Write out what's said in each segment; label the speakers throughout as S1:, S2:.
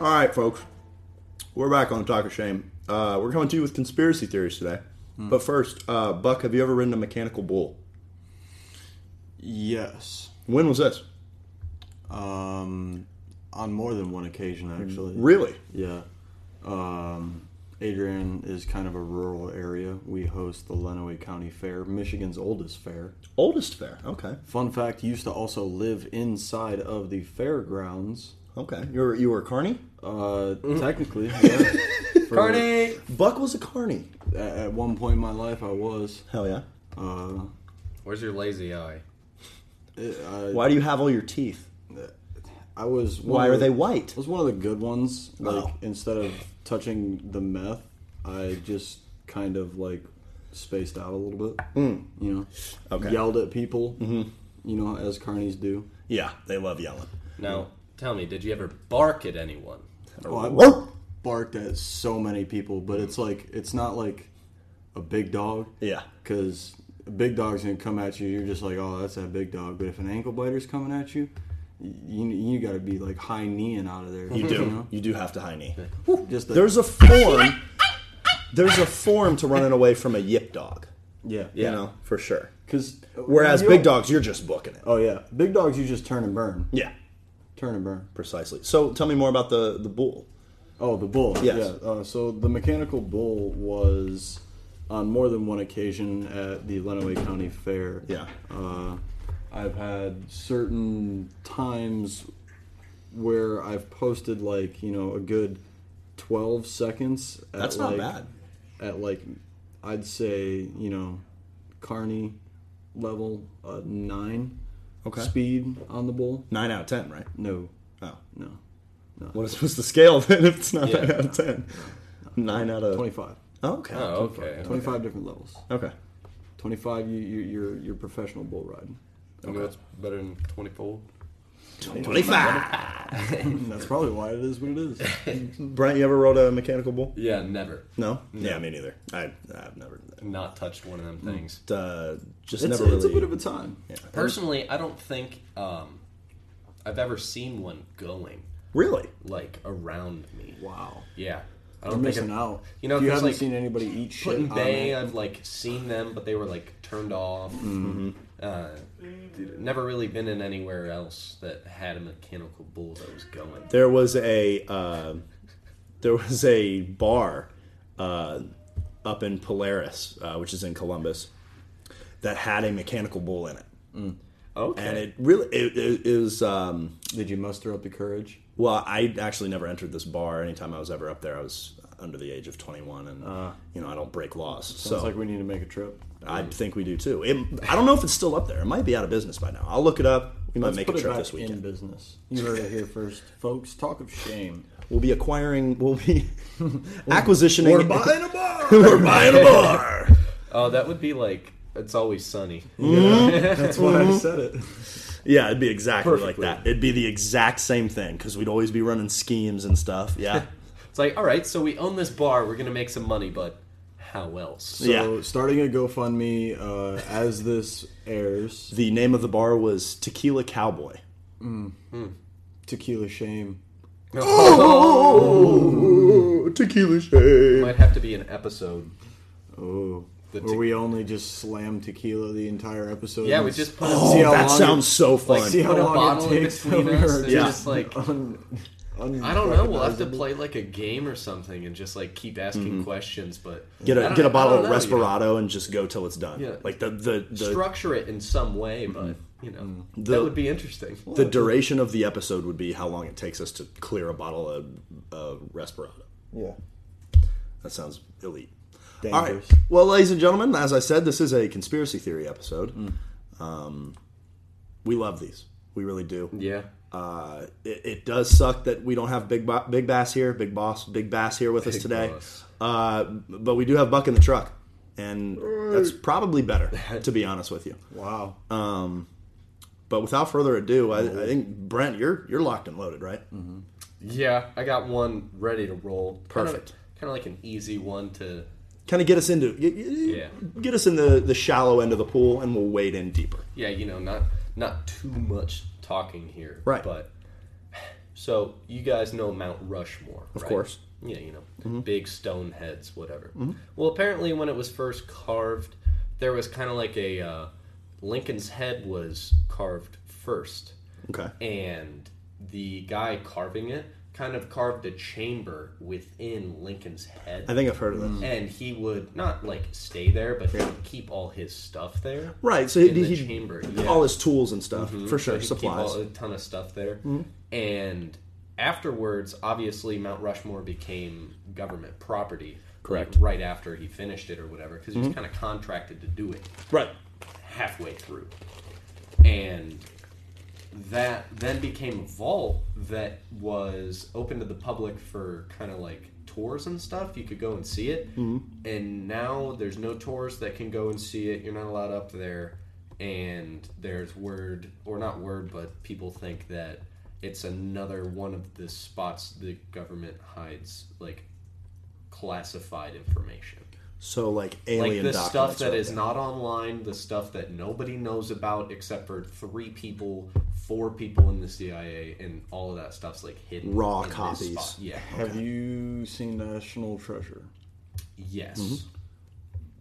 S1: right, folks, we're back on Talk of Shame. Uh, we're coming to you with conspiracy theories today. But first, uh, Buck, have you ever ridden a mechanical bull?
S2: Yes.
S1: When was this?
S2: Um, on more than one occasion,
S1: Hmm.
S2: actually.
S1: Really?
S2: Yeah. Um, Adrian is kind of a rural area. We host the Lenawee County Fair, Michigan's oldest fair.
S1: Oldest fair. Okay.
S2: Fun fact: used to also live inside of the fairgrounds.
S1: Okay. You were you were a carny?
S2: Uh, technically, yeah. For-
S3: Carney!
S1: Buck was a carny.
S2: At, at one point in my life, I was.
S1: Hell yeah.
S2: Uh,
S3: Where's your lazy eye?
S2: it- I,
S1: Why do you have all your teeth?
S2: I was. one
S1: Why
S2: of
S1: are
S2: the-
S1: they white?
S2: It was one of the good ones. Like
S1: Wow.
S2: instead of touching the meth, I just kind of like spaced out a little bit. You know,
S1: Mm. Okay. Mm-hmm.
S2: yelled at people. You know, as carnies do.
S1: Yeah, they love yelling.
S3: Now, tell me, did you ever bark at anyone?
S2: Oh, I barked at so many people, but it's like it's not like a big dog.
S1: Yeah.
S2: Because a big dog's gonna come at you. You're just like, oh, that's that big dog. But if an ankle biter's coming at you. You, you got to be like high kneeing out of there.
S1: You do.
S2: know?
S1: You do have to high knee.
S2: Just the,
S1: There's a form. There's a form to running away from a yip dog.
S2: yeah,
S1: You know, for sure.
S2: Because
S1: Whereas big dogs, you're just booking it.
S2: Oh yeah, big dogs. You just turn and burn.
S1: Yeah,
S2: Turn and burn.
S1: precisely. So tell me more about the the bull.
S2: Oh, the bull.
S1: Yes.
S2: Yeah. Uh, so the mechanical bull was on more than one occasion at the Lenawee County Fair.
S1: Yeah.
S2: Uh, I've had certain times where I've posted like you know a good twelve seconds. At
S1: That's not
S2: like-
S1: bad.
S2: At like, I'd say you know, Carney level uh, nine.
S1: Okay.
S2: Speed on the bull.
S1: Nine out of ten, right?
S2: No.
S1: Oh,
S2: No.
S1: what is what's the scale then? If it's not
S3: Yeah.
S1: nine out of ten, nine out of
S2: 25.
S1: Oh, okay.
S3: Oh, okay.
S2: 25 different levels.
S1: Okay.
S2: 25, you, you, you're, you're professional bull riding.
S3: You know what's better than 24?
S1: Twenty-five.
S2: And that's probably why it is what it is.
S1: Brent, you ever rode a mechanical bull?
S3: Yeah, never.
S1: No. Yeah, me neither. I I've never.
S3: Not touched one of them things.
S1: Uh, just
S2: It's,
S1: never
S2: it's
S1: really.
S2: a bit of a time.
S3: Personally, I don't think um, I've ever seen one going
S1: really.
S3: like around me.
S2: Wow.
S3: Yeah,
S2: You're
S3: I don't think
S2: missing
S3: I've,
S2: out.
S3: You know,
S2: you
S3: if it's
S2: haven't
S3: like
S2: seen anybody eat shit.
S3: put in
S2: on
S3: bay.
S2: it.
S3: I've like seen them, but they were like turned off. Uh, never really been in anywhere else that had a mechanical bull that was going.
S1: there was a uh, there was a bar uh, up in Polaris, uh, which is in Columbus, that had a mechanical bull in it,
S3: Okay,
S1: and it really it, it is. Um,
S2: Did you muster up the courage?
S1: well, I actually never entered this bar. Anytime I was ever up there, I was under the age of twenty one, and you know I don't break laws, so
S2: Uh. Sounds like we need to make a trip.
S1: I think we do too. It, I don't know if it's still up there. It might be out of business by now. I'll look it up. We might
S2: Let's
S1: make a
S2: put it
S1: trip
S2: back
S1: this weekend.
S2: in business. You heard it here first, folks. Talk of shame.
S1: We'll be acquiring. We'll be acquisitioning.
S2: We're buying a bar.
S1: we're buying a bar.
S3: Oh, that would be like it's always sunny.
S2: That's why I said it.
S1: Yeah, it'd be exactly
S2: Perfectly.
S1: like that. It'd be the exact same thing because we'd always be running schemes and stuff. Yeah,
S3: It's like, all right, so we own this bar. We're gonna make some money, but how else?
S1: Yeah.
S2: So, starting a GoFundMe uh, as this airs.
S1: the name of the bar was Tequila Cowboy.
S2: Tequila shame.
S1: tequila shade.
S3: Might have to be an episode.
S2: Oh.
S3: The
S2: Where we only just slam tequila the entire episode.
S3: Yeah,
S2: and
S3: we
S2: s-
S3: just put
S1: Oh,
S2: See how
S1: that
S2: long
S1: sounds so fun.
S2: see how
S3: put a
S2: long it
S3: bottle in
S2: takes
S3: between
S2: for
S3: us
S2: her
S3: and
S2: to-
S3: just like
S2: un- un-
S3: I don't know. We'll have to play like a game or something and just like keep asking questions, but
S1: Mm-hmm. get
S3: I
S1: a
S3: don't-
S1: get a
S3: I don't
S1: bottle of
S3: know, you know.
S1: Respirado and just go till it's done.
S3: Yeah.
S1: Like the the the,
S3: Structure it in some way, but you know
S1: Mm-hmm. The-
S3: that would be interesting.
S1: the duration of the episode would be how long it takes us to clear a bottle of uh, Respirado.
S2: Yeah.
S1: That sounds elite. All right.
S2: Dangerous.
S1: Well, ladies and gentlemen, as I said, this is a conspiracy theory episode.
S3: Mm.
S1: Um, we love these. We really do.
S3: yeah,
S1: Uh, it, it does suck that we don't have Big Bo- Big Bass here, Big Boss, Big Bass here with us
S3: Big
S1: today.
S3: Boss.
S1: Uh, but we do have Buck in the truck, and that's probably better, to be honest with you.
S2: Wow.
S1: But without further ado, I, I think Brent, you're you're locked and loaded, right?
S3: Mm-hmm. yeah. I got one ready to roll.
S1: Perfect.
S3: Kind of like an easy one to.
S1: Kind of get us into get,
S3: Yeah.
S1: get us in the, the shallow end of the pool, and we'll wade in deeper.
S3: Yeah, you know, not not too much talking here.
S1: Right.
S3: But So you guys know Mount Rushmore,
S1: Of
S3: right?
S1: course. Mm-hmm.
S3: Yeah, you know, big stone heads, whatever. Well, apparently, when it was first carved, there was kind of like a uh, Lincoln's head was carved first,
S1: Okay.
S3: and the guy carving it kind of carved a chamber within Lincoln's head.
S1: I think I've heard of this.
S3: and he would not like stay there, but he would keep all his stuff there.
S1: Right. So he,
S3: In the
S1: he
S3: chamber, yeah.
S1: all his tools and stuff for sure.
S3: So he'd keep
S1: supplies. Mm-hmm.
S3: all- a ton of stuff there. And afterwards, obviously, Mount Rushmore became government property.
S1: Correct. Mm-hmm.
S3: like, right after he finished it or whatever, because he was kind of contracted to do it
S1: Right.
S3: halfway through. And that then became a vault that was open to the public for kind of like tours and stuff. You could go and see it. And now there's no tours that can go and see it. You're not allowed up there. And there's word, or not word, but people think that it's another one of the spots the government hides like classified information
S1: So like
S3: like
S1: alien
S3: the
S1: documents
S3: stuff that
S1: right
S3: is
S1: there.
S3: not online, the stuff that nobody knows about except for three people, four people in the CIA, and all of that stuff's like hidden.
S1: Raw
S3: in this
S1: copies.
S3: spot. Yeah.
S2: Have you seen National Treasure?
S3: Yes.
S1: Mm-hmm.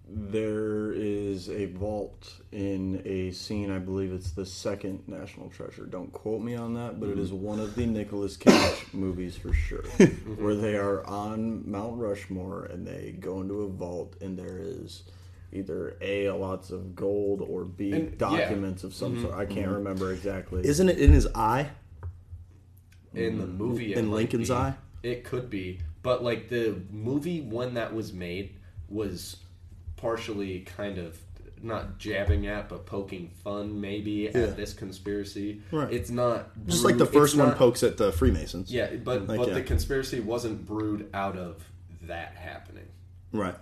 S2: There is a vault in a scene. I believe it's the second National Treasure. Don't quote me on that, but it
S3: Mm-hmm.
S2: is one of the Nicolas Cage movies for sure,
S3: Mm-hmm.
S2: where they are on Mount Rushmore and they go into a vault and there is either a lots of gold or b
S3: And- yeah. Mm-hmm.
S2: documents of some sort. I can't remember exactly.
S1: Isn't it in his eye?
S3: In the movie, it
S1: In
S3: might
S1: Lincoln's
S3: be.
S1: Eye?
S3: it could be, but like the movie when that was made was partially kind of not jabbing at but poking fun maybe
S1: Yeah.
S3: at this conspiracy.
S1: Right.
S3: It's not
S1: Just like the
S3: it's
S1: first one
S3: not-
S1: pokes at the Freemasons.
S3: Yeah, but
S1: Like,
S3: but
S1: yeah.
S3: the conspiracy wasn't brewed out of that happening.
S1: Right.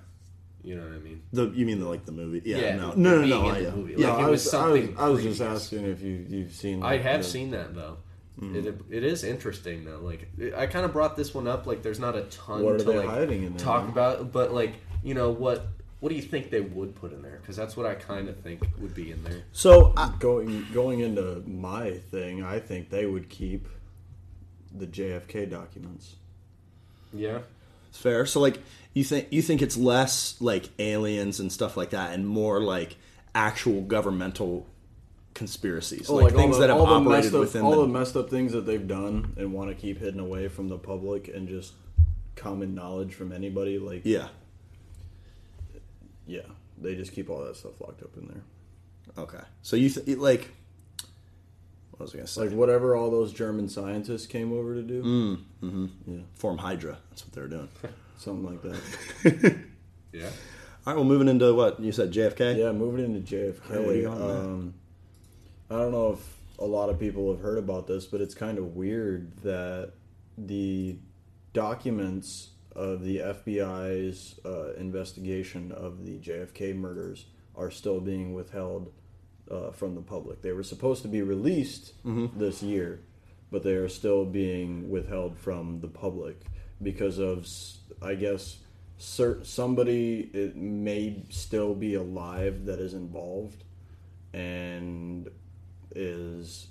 S3: You know what I mean?
S1: The you mean the, like the movie? Yeah.
S3: Yeah,
S1: no.
S3: the
S1: No. No.
S3: being
S1: No.
S3: in
S1: I,
S3: the
S1: yeah.
S3: movie.
S1: yeah.
S3: Like,
S2: I
S3: it was
S2: I was,
S3: something
S2: I was just
S3: previous.
S2: asking if you you've seen.
S3: I have
S2: the- Hmm.
S3: seen that though. It, it is interesting though. Like it- I kind of brought this one up. Like there's not a ton
S2: What are
S3: to
S2: they
S3: like
S2: hiding in there,
S3: talk
S2: man?
S3: about, but like you know what what do you think they would put in there? Because that's what I kind of think would be in there.
S1: So I,
S2: going going into my thing, I think they would keep the JFK documents.
S3: Yeah.
S1: It's fair. So like you think you think it's less like aliens and stuff like that, and more like actual governmental conspiracies,
S2: Oh,
S1: like, things that have operated
S2: messed up,
S1: within
S2: all
S1: the,
S2: the messed up things that they've done and want to keep hidden away from the public and just common knowledge from anybody. Like
S1: yeah.
S2: yeah, they just keep all that stuff locked up in there.
S1: Okay. So you th- like what was I gonna say?
S2: Like whatever all those German scientists came over to do, yeah,
S1: Form Hydra. That's what they were doing. all
S2: something like that.
S3: Yeah.
S1: right. Well, moving into what you said, JFK.
S2: Yeah, moving into JFK.
S1: Alright, what do you got on that?
S2: um, I don't know if a lot of people have heard about this, but it's kind of weird that the documents of the FBI's uh, investigation of the JFK murders are still being withheld uh, from the public. They were supposed to be released this year, but they are still being withheld from the public because of, s- I guess, cer- somebody it may still be alive that is involved and is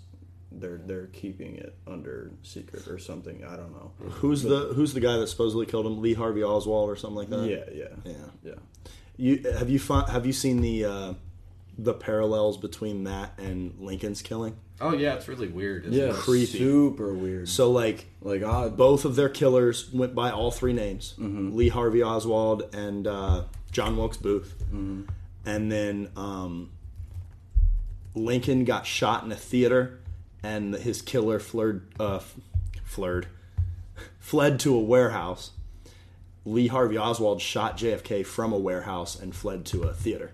S2: they're they're keeping it under secret or something. I don't know.
S1: Who's the Who's the guy that supposedly killed him? Lee Harvey Oswald or something like that.
S2: Yeah, yeah,
S1: Yeah.
S2: yeah.
S1: You have you fi- have you seen the uh, the parallels between that and Lincoln's killing?
S3: Oh yeah, it's really weird. Isn't
S2: Yeah,
S3: It?
S1: creepy.
S2: super weird.
S1: So like
S2: like odd.
S1: both of their killers went by all three names Lee Harvey Oswald and uh, John Wilkes Booth. And then um, Lincoln got shot in a theater, and his killer flirred, uh, f- flirred, fled to a warehouse. Lee Harvey Oswald shot JFK from a warehouse and fled to a theater.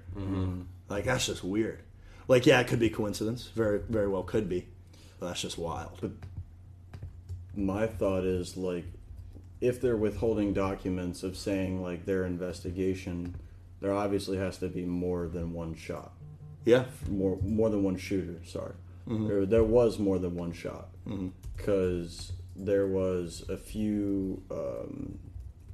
S1: Like, that's just weird. Like, yeah, it could be coincidence. Very, very well could be. But that's just wild.
S2: my thought is like if they're withholding documents of saying like their investigation there obviously has to be more than one shot
S1: yeah.
S2: more more than one shooter sorry there, there was more than one shot because there was a few um,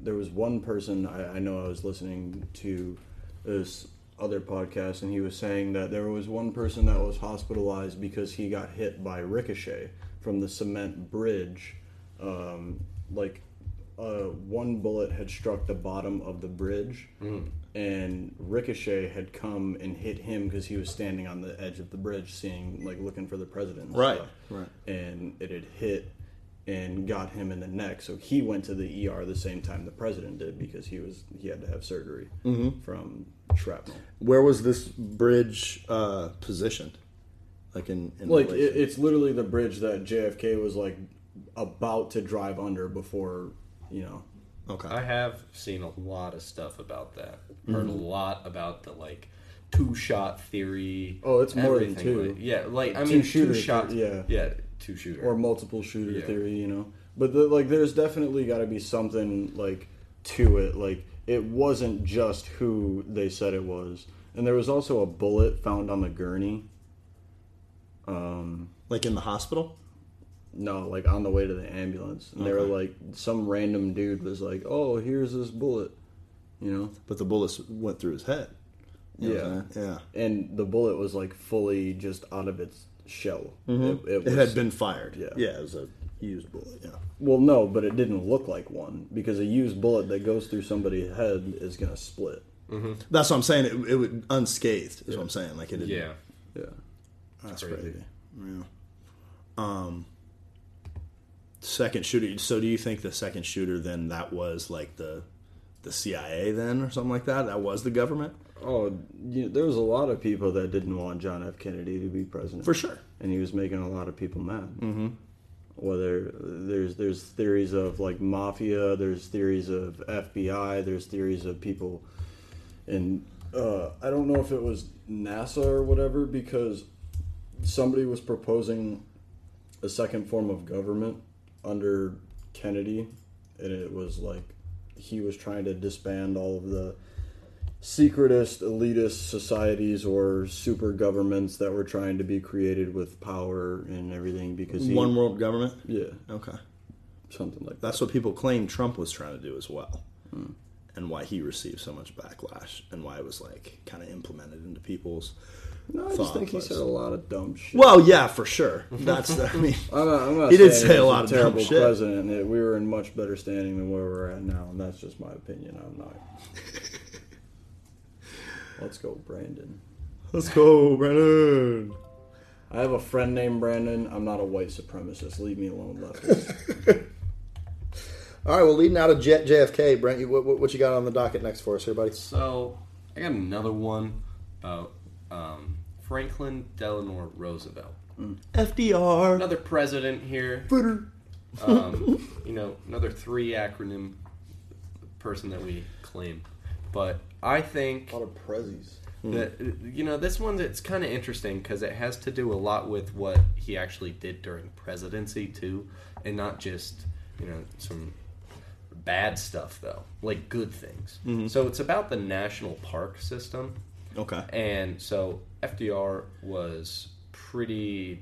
S2: there was one person I, I know i was listening to this other podcast and he was saying that there was one person that was hospitalized because he got hit by ricochet from the cement bridge um, like uh, one bullet had struck the bottom of the bridge, and ricochet had come and hit him because he was standing on the edge of the bridge, seeing like looking for the president. and
S1: Right,
S2: stuff.
S1: right.
S2: And it had hit and got him in the neck, so he went to the ER the same time the president did because he was he had to have surgery from shrapnel.
S1: Where was this bridge uh, positioned? Like in, in
S2: Like
S1: relation-
S2: it, it's literally the bridge that JFK was like about to drive under before you know.
S1: okay.
S3: I have seen a lot of stuff about that.
S2: Mm-hmm.
S3: Heard a lot about the like two shot theory.
S2: Oh, it's more than
S3: everything
S2: two.
S3: like- yeah, like I
S2: Two
S3: mean,
S2: shooter
S3: two shots.
S2: theory, yeah.
S3: yeah, two shooter.
S2: or multiple shooter
S3: Yeah.
S2: theory, you know. But the, like, there's definitely got to be something like to it. Like, it wasn't just who they said it was, and there was also a bullet found on the gurney.
S1: like in the hospital?
S2: No, like on the way to the ambulance, and they were
S1: Okay.
S2: like, some random dude was like, "Oh, here's this bullet," you know.
S1: But the bullets went through his head. You know
S2: Yeah.
S1: what I'm saying? yeah.
S2: And the bullet was like fully just out of its shell. It,
S1: It had been fired.
S2: Yeah.
S1: yeah, it was a used bullet. Yeah,
S2: well, no, but it didn't look like one because a used bullet that goes through somebody's head is gonna split.
S1: that's what I'm saying. It, it would unscathed. Is what I'm saying. Like it. Didn't,
S3: yeah,
S2: Yeah.
S1: that's
S3: Crazy.
S1: crazy. Yeah. Um. Second shooter. So do you think the second shooter then that was like the the CIA then or something like that? That was the government
S2: Oh, you, there was a lot of people that didn't want John F. Kennedy to be president,
S1: for sure.
S2: and he was making a lot of people mad. Mm-hmm. Whether there's there's theories of like mafia, there's theories of FBI, there's theories of people, and uh, I don't know if it was NASA or whatever because somebody was proposing a second form of government under Kennedy, and it was like he was trying to disband all of the secretist, elitist societies or super governments that were trying to be created with power and everything because he,
S1: One world government.
S2: yeah,
S1: Okay.
S2: something like that.
S1: That's what people claim Trump was trying to do as well, and why he received so much backlash, and why it was like kind of implemented into people's.
S2: No, I just
S1: thought
S2: think he
S1: was-
S2: said a lot of dumb shit.
S1: Well, yeah, for sure. That's the, I mean,
S2: I'm not, I'm not
S1: He did
S2: saying
S1: say
S2: he
S1: a
S2: was
S1: lot of dumb
S2: terrible
S1: shit.
S2: president. That we were in much better standing than where we're at now, and that's just my opinion. I'm not. Let's go, Brandon.
S1: let's go, Brennan.
S2: I have a friend named Brandon. I'm not a white supremacist. Leave me alone, leftist.
S1: All right, well, leading out of Jet JFK, Brent, you, what, what what you got on the docket next for us here, buddy?
S3: So I got another one about um, Franklin Delano Roosevelt.
S1: FDR.
S3: Another president here.
S1: Twitter.
S3: Um, you know, another three acronym person that we claim. But I think
S2: a lot of prezzies.
S3: that uh, you know this one's it's kind of interesting because it has to do a lot with what he actually did during presidency too, and not just you know some bad stuff though, like good things. So it's about the national park system.
S1: Okay.
S3: And so FDR was pretty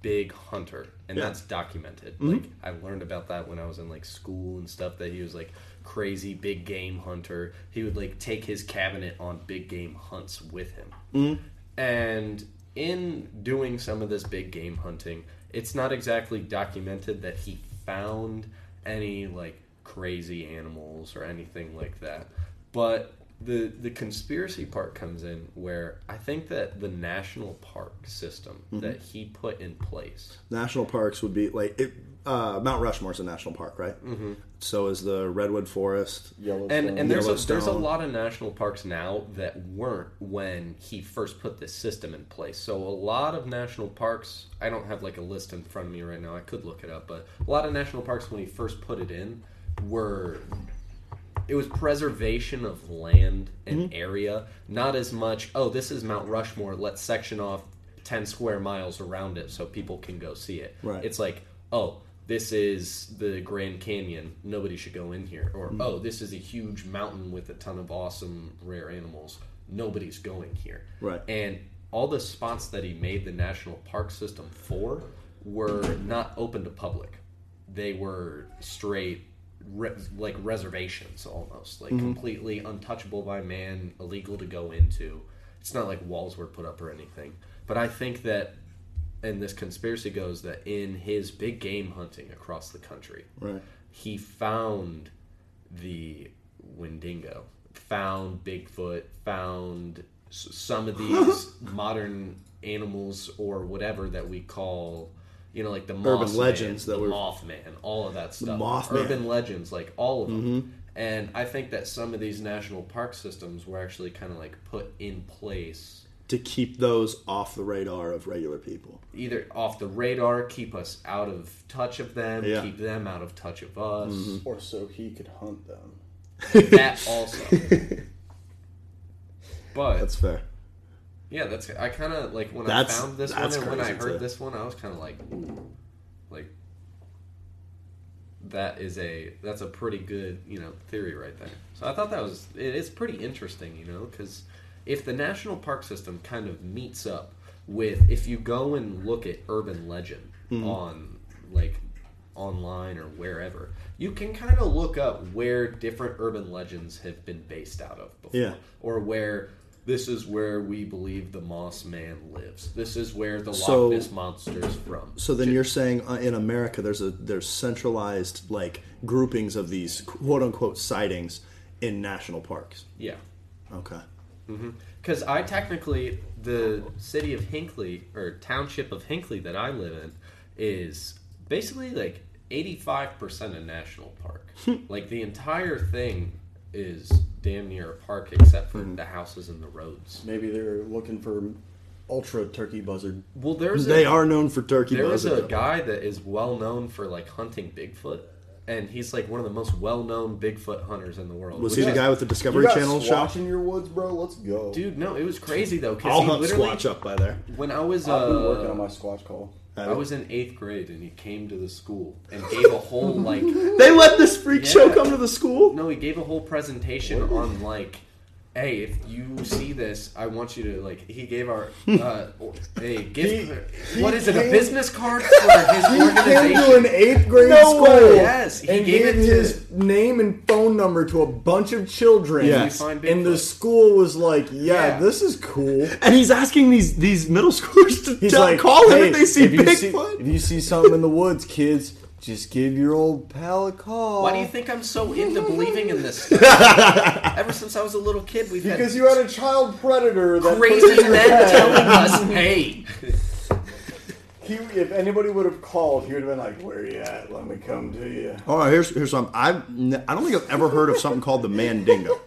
S3: big hunter, and
S1: Yeah.
S3: that's documented. Like I learned about that when I was in like school and stuff that he was like crazy big game hunter. He would like take his cabinet on big game hunts with him. And in doing some of this big game hunting, it's not exactly documented that he found any like crazy animals or anything like that. But the the conspiracy part comes in where I think that the national park system that he put in place.
S1: National parks would be like it, uh, Mount Rushmore's a national park, right? Mm-hmm. So is the Redwood Forest.
S2: Yellowstone.
S3: And and there's a, there's a
S1: Yellowstone.
S3: lot of national parks now that weren't when he first put this system in place. So a lot of national parks, I don't have like a list in front of me right now. I could look it up, but a lot of national parks when he first put it in were it was preservation of land and area, not as much, oh, this is Mount Rushmore, let's section off 10 square miles around it so people can go see it.
S1: Right.
S3: It's like, oh, this is the Grand Canyon, nobody should go in here. Or, oh, this is a huge mountain with a ton of awesome rare animals, nobody's going here.
S1: Right.
S3: And all the spots that he made the national park system for were not open to public. They were straight, re- like reservations almost, like completely untouchable by man, illegal to go into. It's not like walls were put up or anything. But I think that and this conspiracy goes that in his big game hunting across the country,
S1: Right.
S3: he found the Wendigo, found Bigfoot, found s- some of these modern animals or whatever that we call, you know, like the
S1: Urban
S3: Mothman,
S1: legends that
S3: the
S1: were-
S3: Mothman, all of that stuff,
S1: Mothman. Mm-hmm.
S3: urban legends, like all of them. And I think that some of these national park systems were actually kind of like put in place
S1: To keep those off the radar of regular people.
S3: either off the radar, keep us out of touch of them,
S1: Yeah. Mm-hmm.
S3: keep them out of touch of us.
S2: Or so he could hunt them.
S3: that also. But
S1: That's fair.
S3: yeah, that's I kind of like when
S1: That's-
S3: I found this one
S1: that's
S3: and when I
S1: crazy,
S3: heard
S1: too.
S3: this one, I was kind of like, ooh, like that is a that's a pretty good you know theory right there. So I thought that was it, it's pretty interesting, you know, because if the national park system kind of meets up with if you go and look at urban legend
S1: Mm-hmm.
S3: on like online or wherever, you can kind of look up where different urban legends have been based out of before.
S1: Yeah.
S3: Or where this is where we believe the Moss Man lives. This is where the Loch
S1: So-
S3: Ness monster's from.
S1: So then you're saying uh, in America there's a there's centralized like groupings of these quote unquote sightings in national parks.
S3: yeah.
S1: Okay.
S3: Because I technically, the city of Hinckley, or township of Hinckley that I live in, is basically like 85% a national park.
S1: Hmm.
S3: like the entire thing is damn near a park except for
S1: Hmm.
S3: the houses and the roads.
S2: Maybe they're looking for ultra turkey buzzard.
S3: Well, there's
S1: They
S3: a,
S1: are known for turkey
S3: there is
S1: buzzards.
S3: a guy that is well known for like hunting Bigfoot. And he's like one of the most well-known Bigfoot hunters in the world.
S1: Was
S3: which
S1: he the
S3: is-
S1: guy with the Discovery Channel shop?
S2: Squatch in your woods, bro. Let's go.
S3: Dude, no, it was crazy though. because
S1: I'll
S3: he
S1: hunt
S3: literally,
S1: Squatch up by there.
S3: When I was
S2: I've been
S3: uh,
S2: working on my Squatch call.
S3: I was in eighth grade and he came to the school and gave a whole like
S1: They let this freak
S3: Yeah.
S1: show come to the school.
S3: no he gave a whole presentation on like hey if you see this I want you to like he gave our uh, a gift what is it a
S2: came-
S3: business card for his
S2: Came to an
S3: organization
S2: eighth grade
S1: No
S2: school.
S1: way.
S3: Yes, he
S2: and
S3: gave
S2: gave,
S3: it to-
S2: his name and phone number to a bunch of children.
S1: Yes.
S3: You find
S2: and the
S3: Bigfoot.
S2: school was like, "Yeah,
S3: Yeah.
S2: this is cool."
S1: And he's asking these these middle schoolers to
S2: He's
S1: tell,
S2: like,
S1: call him
S2: "Hey,
S1: if they see
S2: if you see-
S1: Bigfoot.
S2: if you see something in the woods, kids, just give your old pal a call.
S3: why do you think I'm so into believing in this stuff ever since I was a little kid we've had
S2: Because you had a child predator that put
S3: crazy
S2: in your
S3: men
S2: head.
S3: telling us hey
S2: He, if anybody would have called, he would have been like, "Where you at? Let me come to you."
S1: All right, here's here's something. I've n- I don't think I've ever heard of something called the Mandingo.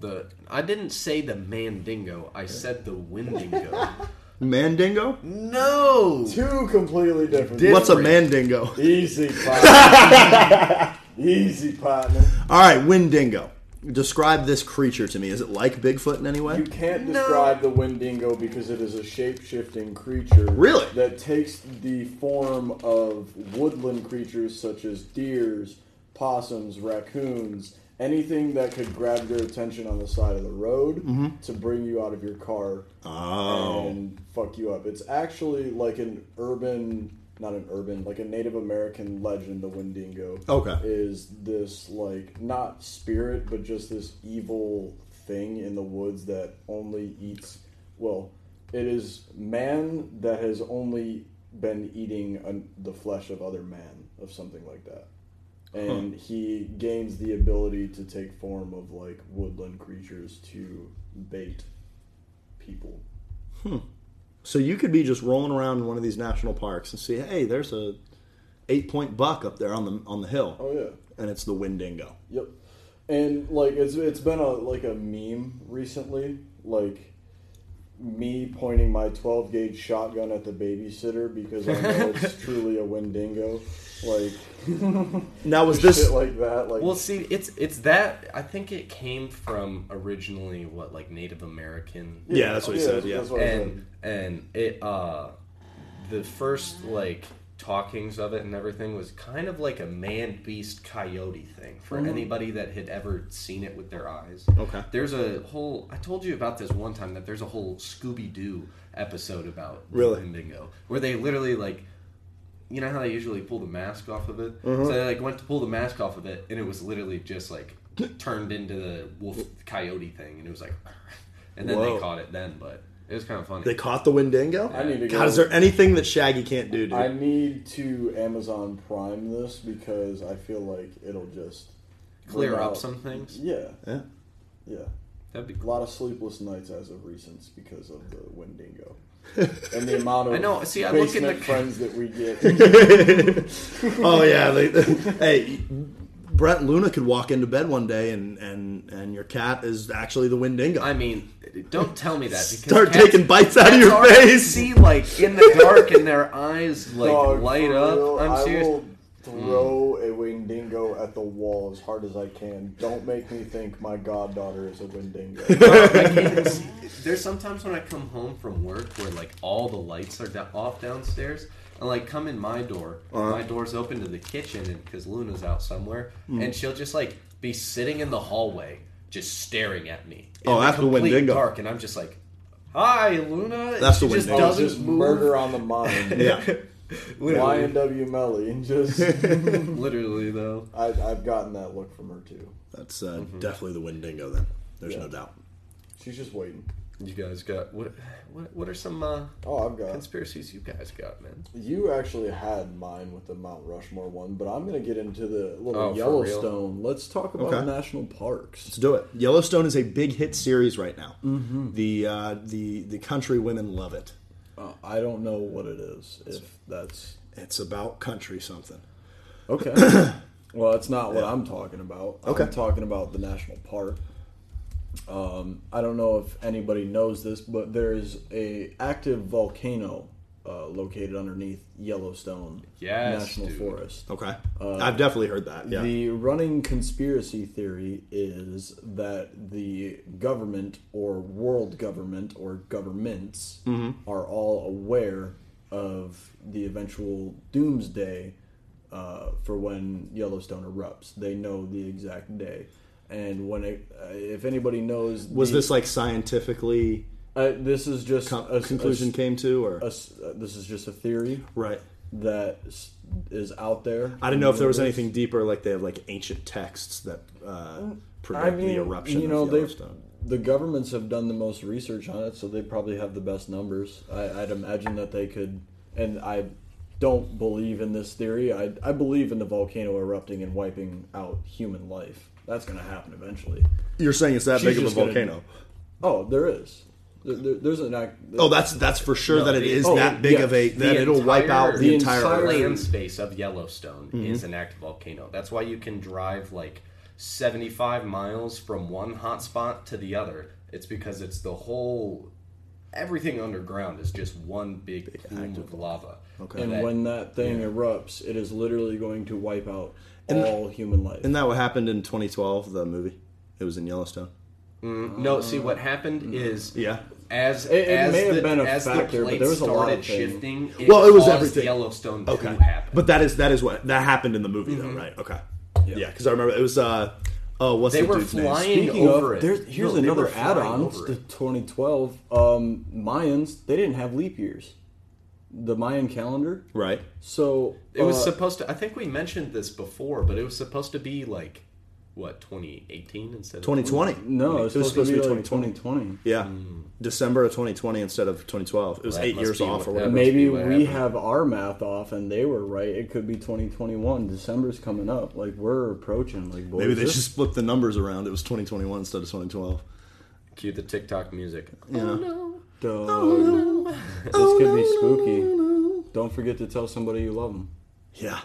S3: the I didn't say the mandingo I said the windingo
S1: Mandingo?
S3: no
S2: Two completely different.
S1: What's a
S3: Different.
S1: Mandingo?
S2: Easy partner. Easy partner.
S1: All right, Windingo. Describe this creature to me. Is it like Bigfoot in any way?
S2: You can't
S3: No.
S2: describe the Wendigo because it is a shape-shifting creature.
S1: Really?
S2: That takes the form of woodland creatures such as deers, possums, raccoons, anything that could grab your attention on the side of the road to bring you out of your car
S1: Mm-hmm. Oh.
S2: and fuck you up. It's actually like an urban, not an urban, like a Native American legend. The Wendigo.
S1: Okay.
S2: Is this like not spirit, but just this evil thing in the woods that only eats? Well, it is man that has only been eating an, the flesh of other man, of something like that. And he gains the ability to take form of like woodland creatures to bait people.
S1: So you could be just rolling around in one of these national parks and see, hey, there's a eight point buck up there on the on the hill,
S2: Oh yeah.
S1: and it's the Windingo.
S2: Yep. And like it's it's been a like a meme recently, like me pointing my 12 gauge shotgun at the babysitter because I know it's truly a Wendigo, like
S1: Now was this
S2: shit like that. Like
S3: Well, see, it's it's that I think it came from originally what like Native American,
S1: Yeah, that's what he said, yeah.
S2: that's what I said.
S3: and and it uh, the first like talkings of it and everything was kind of like a man beast coyote thing for anybody that had ever seen it with their eyes.
S1: Mm-hmm. Okay.
S3: there's a whole I told you about this one time that there's a whole Scooby Doo episode about
S1: Really?
S3: Bingo where they literally like you know how they usually pull the mask off of it?
S1: Mm-hmm.
S3: So they like went to pull the mask off of it, and it was literally just like turned into the wolf coyote thing, and it was like, and then
S1: Whoa.
S3: they caught it then. But It was kind of funny.
S1: They caught the Wendigo.
S2: I need to go.
S1: God, is there anything that Shaggy can't do, dude?
S2: I need to Amazon Prime this because I feel like it'll just
S3: Clear
S2: bring
S3: up
S2: out-
S3: some things.
S2: Yeah,
S1: yeah.
S2: yeah.
S3: That'd be
S2: A
S3: cool.
S2: lot of sleepless nights as of recent because of the Wendigo and the amount of
S3: I know, see, I look in
S2: basement
S3: the-
S2: friends that we get.
S1: oh yeah. They, hey, Brett and Luna could walk into bed one day and and and your cat is actually the Wendigo.
S3: I mean, don't tell me that. Because
S1: Start
S3: cats-
S1: taking bites out of
S3: cats
S1: your
S3: already
S1: face.
S3: See, like in the dark, and their eyes like
S2: Dog, for
S3: light up.
S2: real,
S3: I'm
S2: I
S3: serious. Hmm.
S2: will throw a Wendigo at the wall as hard as I can. Don't make me think my goddaughter is a Wendigo.
S3: There's sometimes when I come home from work where like all the lights are da- off downstairs, and like come in my door.
S1: Uh-huh.
S3: My door's open to the kitchen, and because Luna's out somewhere,
S1: Hmm.
S3: and she'll just like be sitting in the hallway, just staring at me. in
S1: Oh, that's the
S3: complete
S1: Wendigo.
S3: Dark, and I'm just like, "Hi, Luna." and
S1: That's the
S3: she just
S1: Wendigo.
S2: Oh,
S3: doesn't
S2: just
S3: move.
S2: murder on the mind.
S1: yeah.
S3: Literally,
S2: YNW Melly. and Just
S3: literally though.
S2: I, I've gotten that look from her too.
S1: That's uh, definitely the Wendigo then. There's no doubt.
S2: She's just waiting.
S3: You guys got what? What, what are some uh,
S2: Oh, I've got.
S3: conspiracies you guys got, man?
S2: You actually had mine with the Mount Rushmore one, but I'm going to get into the little
S3: Oh, for real?
S2: Yellowstone. Let's talk about
S1: Okay.
S2: national parks.
S1: Let's do it. Yellowstone is a big hit series right now. The uh, the the country women love it.
S2: Uh, I don't know what it is. If that's
S1: It's about country something.
S2: okay. well, it's not what I'm talking about.
S1: Okay.
S2: I'm talking about the national park. Um, I don't know if anybody knows this, but there is a active volcano uh, located underneath Yellowstone
S3: Yes,
S2: National
S3: dude.
S2: Forest.
S1: Okay, I've definitely heard that. Yeah,
S2: The running conspiracy theory is that the government or world government or governments
S1: Mm-hmm.
S2: are all aware of the eventual doomsday uh, for when Yellowstone erupts. They know the exact day. And when it, uh, if anybody knows,
S1: was
S2: the-
S1: this like scientifically
S2: uh, this is just
S1: com-
S2: a- a-
S1: conclusion came to or
S2: a s- uh, this is just a theory
S1: right?
S2: that s- is out there.
S1: I didn't know if there was
S2: anything.
S1: anything deeper, like they have like ancient texts that uh, predict the eruption
S2: You know,
S1: of
S2: they've
S1: Yellowstone.
S2: the governments have done the most research on it, so they probably have the best numbers. I, I'd imagine that they could, and I don't believe in this theory. I, I believe in the volcano erupting and wiping out human life. That's going to happen eventually.
S1: You're saying it's that
S2: She's
S1: big of a
S2: just gonna-
S1: volcano?
S2: Oh, there is. There, there- there's an act.
S1: Oh, that's that's for sure
S3: No,
S1: that it
S3: the-
S1: is
S2: oh,
S1: that big
S2: yeah.
S1: of a
S3: The
S1: that it'll wipe
S3: entire-
S1: out the,
S2: the
S1: entire.
S2: entire-
S1: Earth. Mm-hmm.
S3: land space of Yellowstone is an active volcano. That's why you can drive like 75 miles from one hotspot to the other. It's because it's the whole everything underground is just one big, plume of lava.
S1: Okay.
S2: and
S3: that-
S2: when that thing erupts, it is literally going to wipe out all human life.
S1: Isn't that what happened in 2012? The movie, it was in Yellowstone.
S3: No, see what happened is
S1: Mm-hmm. Yeah.
S3: As
S2: It- it
S3: as
S2: may
S3: the,
S2: have been a
S3: as
S2: factor,
S3: the
S2: but
S3: plates
S2: there was a
S3: started
S2: lot of things.
S3: shifting,
S1: Well, it was
S3: caused
S1: everything.
S3: Yellowstone
S1: Okay.
S3: to happen.
S1: But that is that is what that happened in the movie
S3: Mm-hmm.
S1: though, right? Okay. Yeah, because I remember it was. uh Oh, what's
S3: They
S1: the
S3: were
S1: dude's
S3: flying-
S1: name?
S2: Speaking
S3: over
S2: of,
S3: it.
S2: there's, here's
S3: No, they
S2: another
S3: were flying
S2: add-on
S3: over
S2: to
S3: it.
S2: 2012. Um, Mayans, they didn't have leap years. The Mayan calendar.
S1: Right.
S2: So
S3: It was
S2: uh,
S3: supposed to. I think we mentioned this before, but it was supposed to be like what 2018 instead of
S1: 2020.
S2: no, it was supposed, to be, like
S1: 2020.
S2: 2020.
S1: Yeah. December of 2020 instead of 2012. It was
S3: Hmm. That
S1: eight
S3: must
S1: years
S3: be
S1: off
S3: what
S1: or
S3: that
S1: whatever.
S3: must be
S2: Maybe
S3: what
S2: we
S3: happened.
S2: have our math off, and they were right. It could be 2021. December's coming up. Like we're approaching. Like boys,
S1: Maybe they
S2: this-
S1: just flipped the numbers around. It was 2021 instead of 2012.
S3: Cue the TikTok music.
S1: Yeah.
S3: Oh no.
S2: Dog. This could be spooky. Don't forget to tell somebody you love them.
S1: Yeah.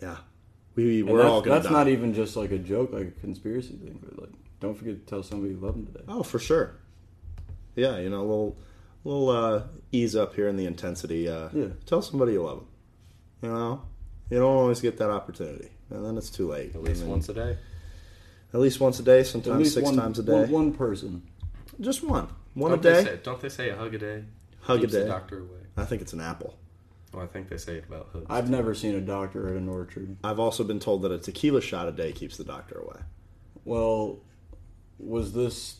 S1: Yeah. We,
S2: And
S1: we're
S2: that's,
S1: all going to
S2: that's not even just like a joke, like a conspiracy thing. But like, don't forget to tell somebody you love them today.
S1: Oh, for sure. Yeah, you know, a little, little uh, ease up here in the intensity. Uh,
S2: Yeah.
S1: Tell somebody you love them. You know, you don't always get that opportunity, and then it's too late.
S3: At least
S1: And then-
S3: once a day.
S1: At least once a day,
S2: At
S1: sometimes
S2: least
S1: six
S2: one,
S1: times a day.
S2: One, one person.
S1: Just one, one
S3: Don't
S1: a
S3: they
S1: day.
S3: say- don't they say a hug a day?
S1: Hug a
S3: Keeps
S1: day.
S3: The doctor away.
S1: I think it's an apple.
S3: Well, I think they say it about hugs.
S2: I've never seen a doctor at an orchard.
S1: I've also been told that a tequila shot a day keeps the doctor away.
S2: Well, was this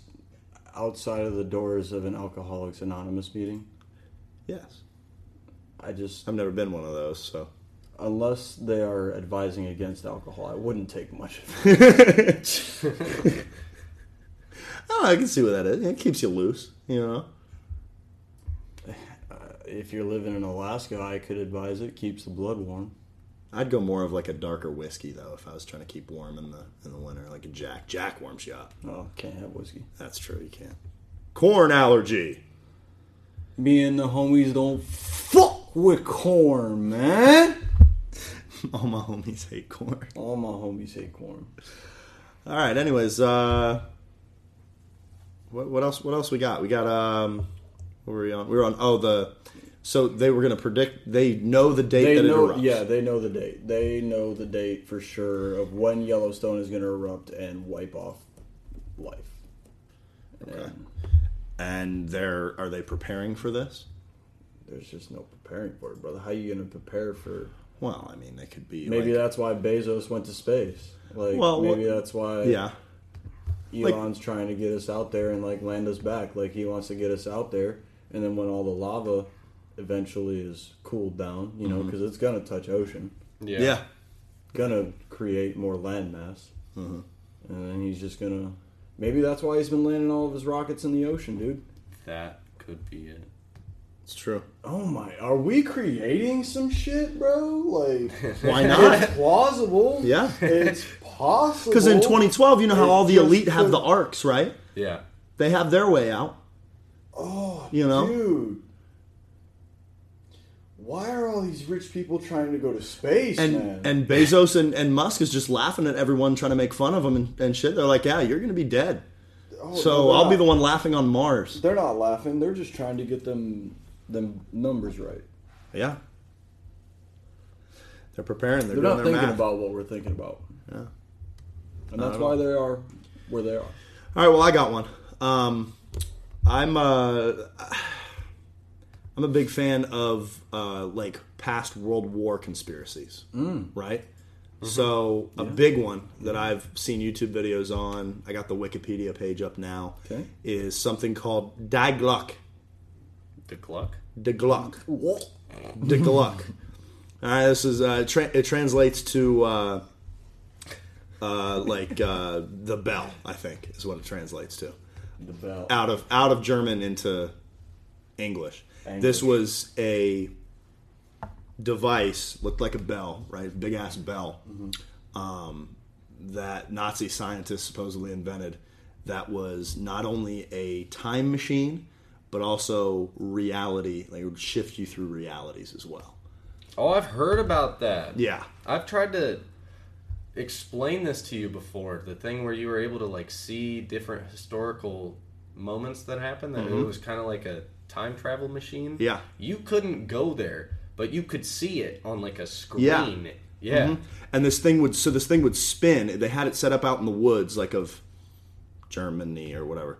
S2: outside of the doors of an Alcoholics Anonymous meeting?
S1: Yes,
S2: I just,
S1: I've never been one of those, so
S2: unless they are advising against alcohol, I wouldn't take much of it.
S1: I don't know, I can see what that is. It keeps you loose, you know.
S2: if you're living in Alaska, I could advise it. Keeps the blood warm.
S1: I'd go more of like a darker whiskey though if I was trying to keep warm in the in the winter, like a Jack. Jack warms you up.
S2: Oh, can't have whiskey.
S1: That's true. You can't. Corn allergy.
S2: Me and the homies don't fuck with corn, man.
S1: All my homies hate corn.
S2: All my homies hate corn.
S1: All right. Anyways, uh, what, what else? What else we got? We got um, what were we on? We were on. Oh, the. So they were gonna predict. They know the date
S2: They
S1: that
S2: know,
S1: it erupts.
S2: yeah, they know the date. They know the date for sure of when Yellowstone is going to erupt and wipe off life.
S1: Okay.
S2: And
S1: And they're are they preparing for this?
S2: there's just no preparing for it, brother. How you going to prepare for?
S1: Well, I mean, they could be
S2: Maybe
S1: like-
S2: that's why Bezos went to space. Like
S1: Well,
S2: maybe
S1: what-
S2: that's why
S1: Yeah. like-
S2: Elon's trying to get us out there and like land us back. Like he wants to get us out there, and then when all the lava eventually is cooled down, you
S1: Mm-hmm.
S2: know, because it's gonna touch ocean,
S1: Yeah.
S2: gonna create more land mass,
S1: Mm-hmm.
S2: and then he's just gonna. Maybe that's why he's been landing all of his rockets in the ocean, dude.
S3: That could be it.
S1: it's true.
S2: Oh my, are we creating some shit, bro? Like,
S1: Why not?
S2: it's plausible.
S1: Yeah.
S2: it's possible.
S1: Because in 2012, you know how all the
S2: It's
S1: elite
S2: just
S1: have
S2: the-
S1: the arcs, right?
S3: Yeah.
S1: They have their way out.
S2: Oh,
S1: You know?
S2: dude. Why are all these rich people trying to go to space,
S1: and
S2: man?
S1: and Bezos and, and Musk is just laughing at everyone trying to make fun of them and, and shit. They're like, yeah, you're gonna be dead.
S2: Oh, no,
S1: So
S2: they're
S1: I'll be
S2: not-
S1: the one laughing on Mars.
S2: They're not laughing. They're just trying to get them them numbers right.
S1: Yeah. They're preparing. They're,
S2: They're,
S1: doing
S2: not
S1: their
S2: thinking
S1: math.
S2: about what we're thinking about.
S1: Yeah.
S2: And that's
S1: at
S2: why
S1: all.
S2: they are where they are.
S1: All right. Well, I got one. Um, I'm uh, I'm a big fan of uh, like past World War conspiracies. Right. So a big one that I've seen YouTube videos on. I got the Wikipedia page up now.
S2: Okay.
S1: Is something called Die Gluck.
S3: The Gluck?
S1: De Gluck. De Gluck. All right, this is uh, tra- it translates to uh, uh, like uh, the bell. I think is what it translates to
S2: The bell.
S1: out of out of German into English. This
S2: English.
S1: was a device looked like a bell, right? Big ass bell um, that Nazi scientists supposedly invented. That was not only a time machine, but also reality. Like it would shift you through realities as well.
S3: Oh, I've heard about that.
S1: Yeah,
S3: I've tried to explain this to you before. The thing where you were able to like see different historical moments that happened. That it was kind of like a time travel machine.
S1: Mm-hmm. Yeah.
S3: You couldn't go there, but you could see it on like a screen.
S1: Yeah. Mm-hmm.
S3: Yeah.
S1: and this thing would so this thing would spin they had it set up out in the woods like of germany or whatever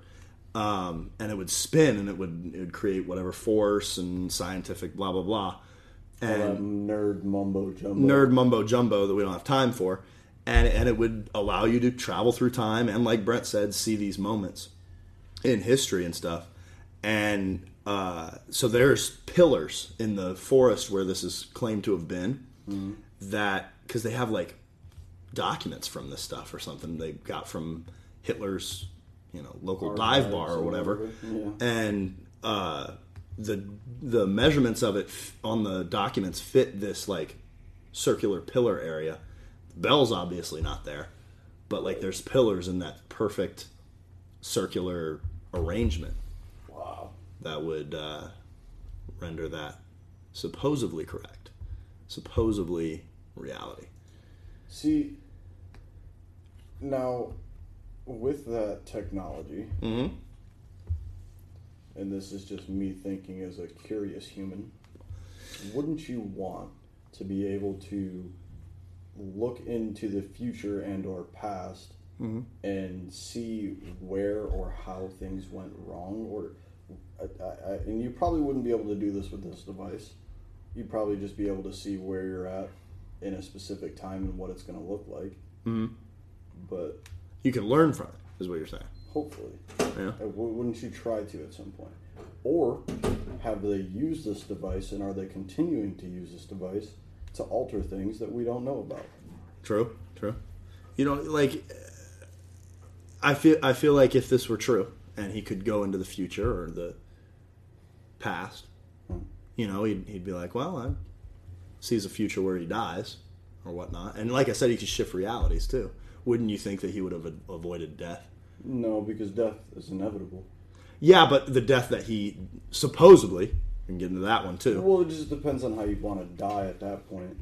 S1: um, and it would spin and it would it would create whatever force and scientific blah blah blah
S2: All that
S1: and
S2: nerd mumbo jumbo.
S1: nerd mumbo jumbo that we don't have time for and and it would allow you to travel through time and like brent said see these moments in history and stuff and uh, so there's pillars in the forest where this is claimed to have been that because they have like documents from this stuff or something they got from Hitler's, you know, local dive bar or
S2: or
S1: whatever,
S2: whatever,
S1: and uh, the the measurements of it f- on the documents fit this like circular pillar area. The bell's obviously not there, but like there's pillars in that perfect circular arrangement
S2: Wow.
S1: that would uh, render that supposedly correct, supposedly reality.
S2: See, now with that technology,
S1: Mhm.
S2: and this is just me thinking as a curious human, wouldn't you want to be able to look into the future and or past and see where or how things went wrong or I, I, I, and you probably wouldn't be able to do this with this device you'd probably just be able to see where you're at in a specific time and what it's going to look like. But
S1: You can learn from it, is what you're saying.
S2: hopefully,
S1: Yeah.
S2: Uh, wou- wouldn't you try to at some point? Or have they used this device and are they continuing to use this device to alter things that we don't know about?
S1: True. True. You know, like I feel I feel like if this were true and he could go into the future or the past You know, he'd, he'd be like, well, I sees a future where he dies or whatnot. And like I said, he could shift realities too. Wouldn't you think that he would have a- avoided death?
S2: No, because death is inevitable.
S1: Yeah, but the death that he supposedly, and get into that one too.
S2: Well, it just depends on how you want to die at that point.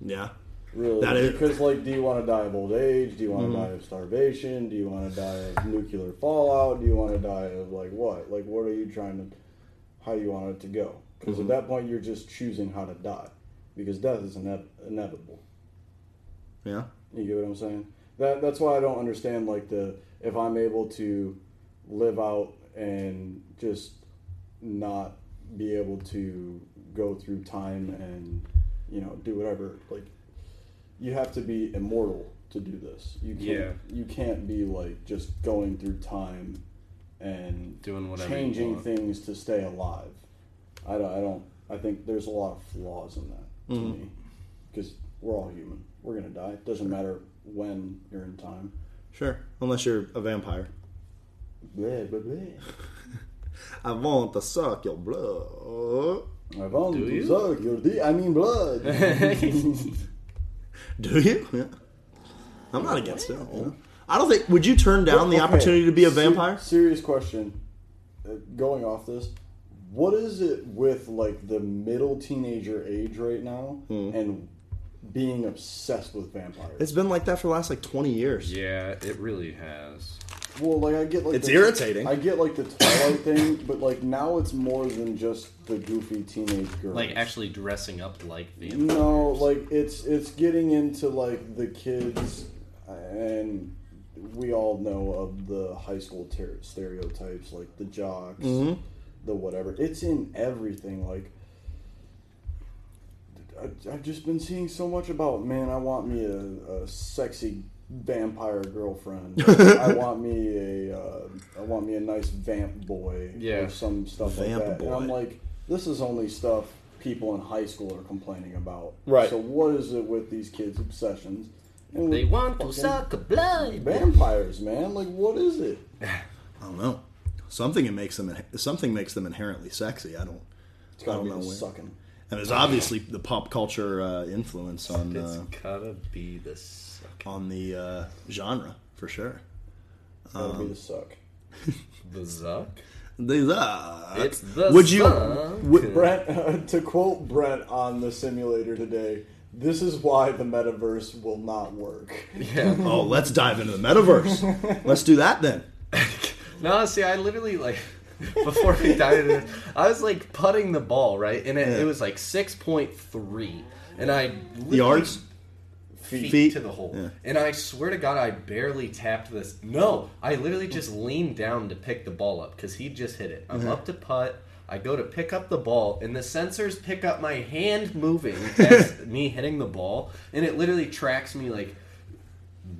S1: Yeah.
S2: Really?
S1: That is- Mm-hmm.
S2: because, like, do you want to die of old age? Do you want to die of starvation? Do you want to die of nuclear fallout? Do you want to die of, like, what? Like, what are you trying to, how you want it to go? Because
S1: Mm-hmm.
S2: at that point, you're just choosing how to die. Because death is ine- inevitable.
S1: Yeah.
S2: You get what I'm saying? That that's why I don't understand like the if I'm able to live out and just not be able to go through time and you know do whatever like you have to be immortal to do this. You can't
S3: Yeah.
S2: you can't be like just going through time and
S3: Doing whatever you
S2: changing
S3: want.
S2: things to stay alive. I don't I don't I think there's a lot of flaws in that to
S1: Mm-hmm.
S2: me because we're all human. We're gonna die. It doesn't matter when you're in time.
S1: Sure. Unless you're a vampire.
S2: Blah, blah, blah.
S1: I want to suck your blood.
S2: I want
S3: Do
S2: to
S3: you?
S2: suck your dick. I mean blood.
S1: Do you? Yeah. I'm not against it. you know. I don't think. Would you turn down the
S2: Okay,
S1: opportunity to be a
S2: se-
S1: vampire?
S2: serious question. Uh, going off this, what is it with like the middle teenager age right now
S1: Hmm.
S2: and being obsessed with vampires?
S1: It's been like that for the last like 20 years.
S3: Yeah, it really has.
S2: Well, like I get like
S1: It's irritating.
S2: I get like the Twilight thing, but like now it's more than just the goofy teenage girls.
S3: Like actually dressing up like vampires.
S2: no, like it's it's getting into like the kids, and we all know of the high school ter- stereotypes, like the jocks,
S1: Mm-hmm.
S2: the whatever. It's in everything. Like I, I've just been seeing so much about man. I want me a, a sexy vampire girlfriend. I want me a uh, I want me a nice vamp boy.
S3: Yeah.
S2: or some stuff
S1: Vamp
S2: like that. And I'm
S1: boy.
S2: like, this is only stuff people in high school are complaining about.
S1: Right.
S2: So what is it with these kids' obsessions? And with
S3: They want to
S2: fucking
S3: suck a blood.
S2: vampires, man. Like, what is it?
S1: I don't know. Something it makes them something makes them inherently sexy. I don't.
S2: It's gotta
S1: I don't
S2: be
S1: know
S2: the
S1: where.
S2: sucking.
S1: And there's obviously the pop culture uh, influence on
S3: It's
S1: uh,
S3: gotta be the suck.
S1: on the uh, genre for sure.
S2: It's gotta be the suck.
S3: The zuck?
S1: These are.
S3: It's the
S1: Would you?
S3: suck.
S1: would-
S2: Brent, to quote Brent on the simulator today, this is why the metaverse will not work.
S3: Yeah.
S1: oh, let's dive into the metaverse. let's do that then.
S3: No, see, I literally like before we dived into this, I was like putting the ball right, and it,
S1: Yeah.
S3: it was like six point three, and I literally-
S1: Yards.
S3: feet,
S1: Feet.
S3: to the hole,
S1: Yeah.
S3: and I swear to God, I barely tapped this. No, I literally just leaned down to pick the ball up because he just hit it. I'm
S1: Uh-huh.
S3: up to putt. I go to pick up the ball, and the sensors pick up my hand moving as me hitting the ball, and it literally tracks me like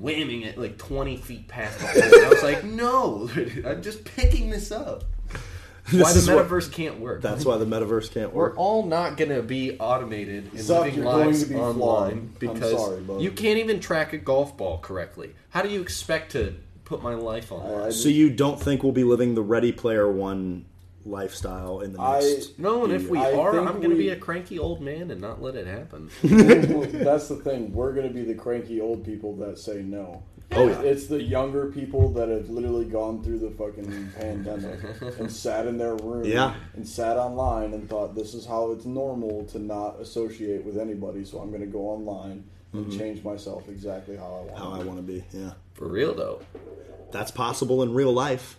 S3: whamming it like 20 feet past the hole. And I was like, no, I'm just picking this up. Why the
S1: is what-
S3: metaverse can't work.
S1: That's why the metaverse can't
S3: We're
S1: work.
S3: all not going to be automated and
S2: Zuck,
S3: living
S2: you're
S3: lives
S2: going to be
S3: online
S2: flawed. I'm
S3: because
S2: sorry, bud.
S3: you can't even track a golf ball correctly. How do you expect to put my life online?
S2: Uh, I-
S1: So you don't think we'll be living the Ready Player One lifestyle in the
S2: I-
S1: next?
S3: no, and if we
S2: I
S3: are,
S2: think
S3: I'm going to
S2: we-
S3: be a cranky old man and not let it happen.
S2: That's the thing. We're gonna be the cranky old people that say no.
S1: Oh, yeah.
S2: It's the younger people that have literally gone through the fucking pandemic and sat in their room
S1: Yeah.
S2: and sat online and thought this is how it's normal to not associate with anybody. So I'm gonna go online and change myself exactly how I want.
S1: Mm-hmm. How I want to be. Yeah,
S3: For real, though.
S1: that's possible in real life.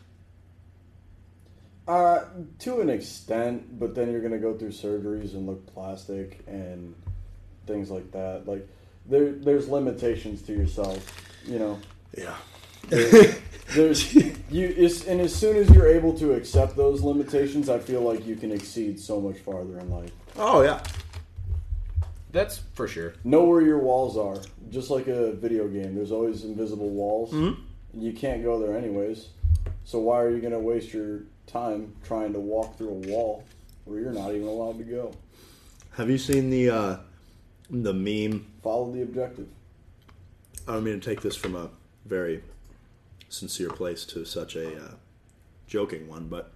S2: Uh, to an extent, but then you're gonna go through surgeries and look plastic and things like that. Like there, there's limitations to yourself, you know.
S1: Yeah.
S2: There's you, it's, and as soon as you're able to accept those limitations, I feel like you can exceed so much farther in life.
S1: Oh yeah.
S3: That's for sure.
S2: Know where your walls are, just like a video game. There's always invisible walls,
S3: Mm-hmm.
S2: and you can't go there anyways. So why are you gonna waste your time trying to walk through a wall where you're not even allowed to go?
S1: Have you seen the uh, the meme?
S2: Follow the objective.
S1: I don't mean to take this from a very sincere place to such a uh, joking one, but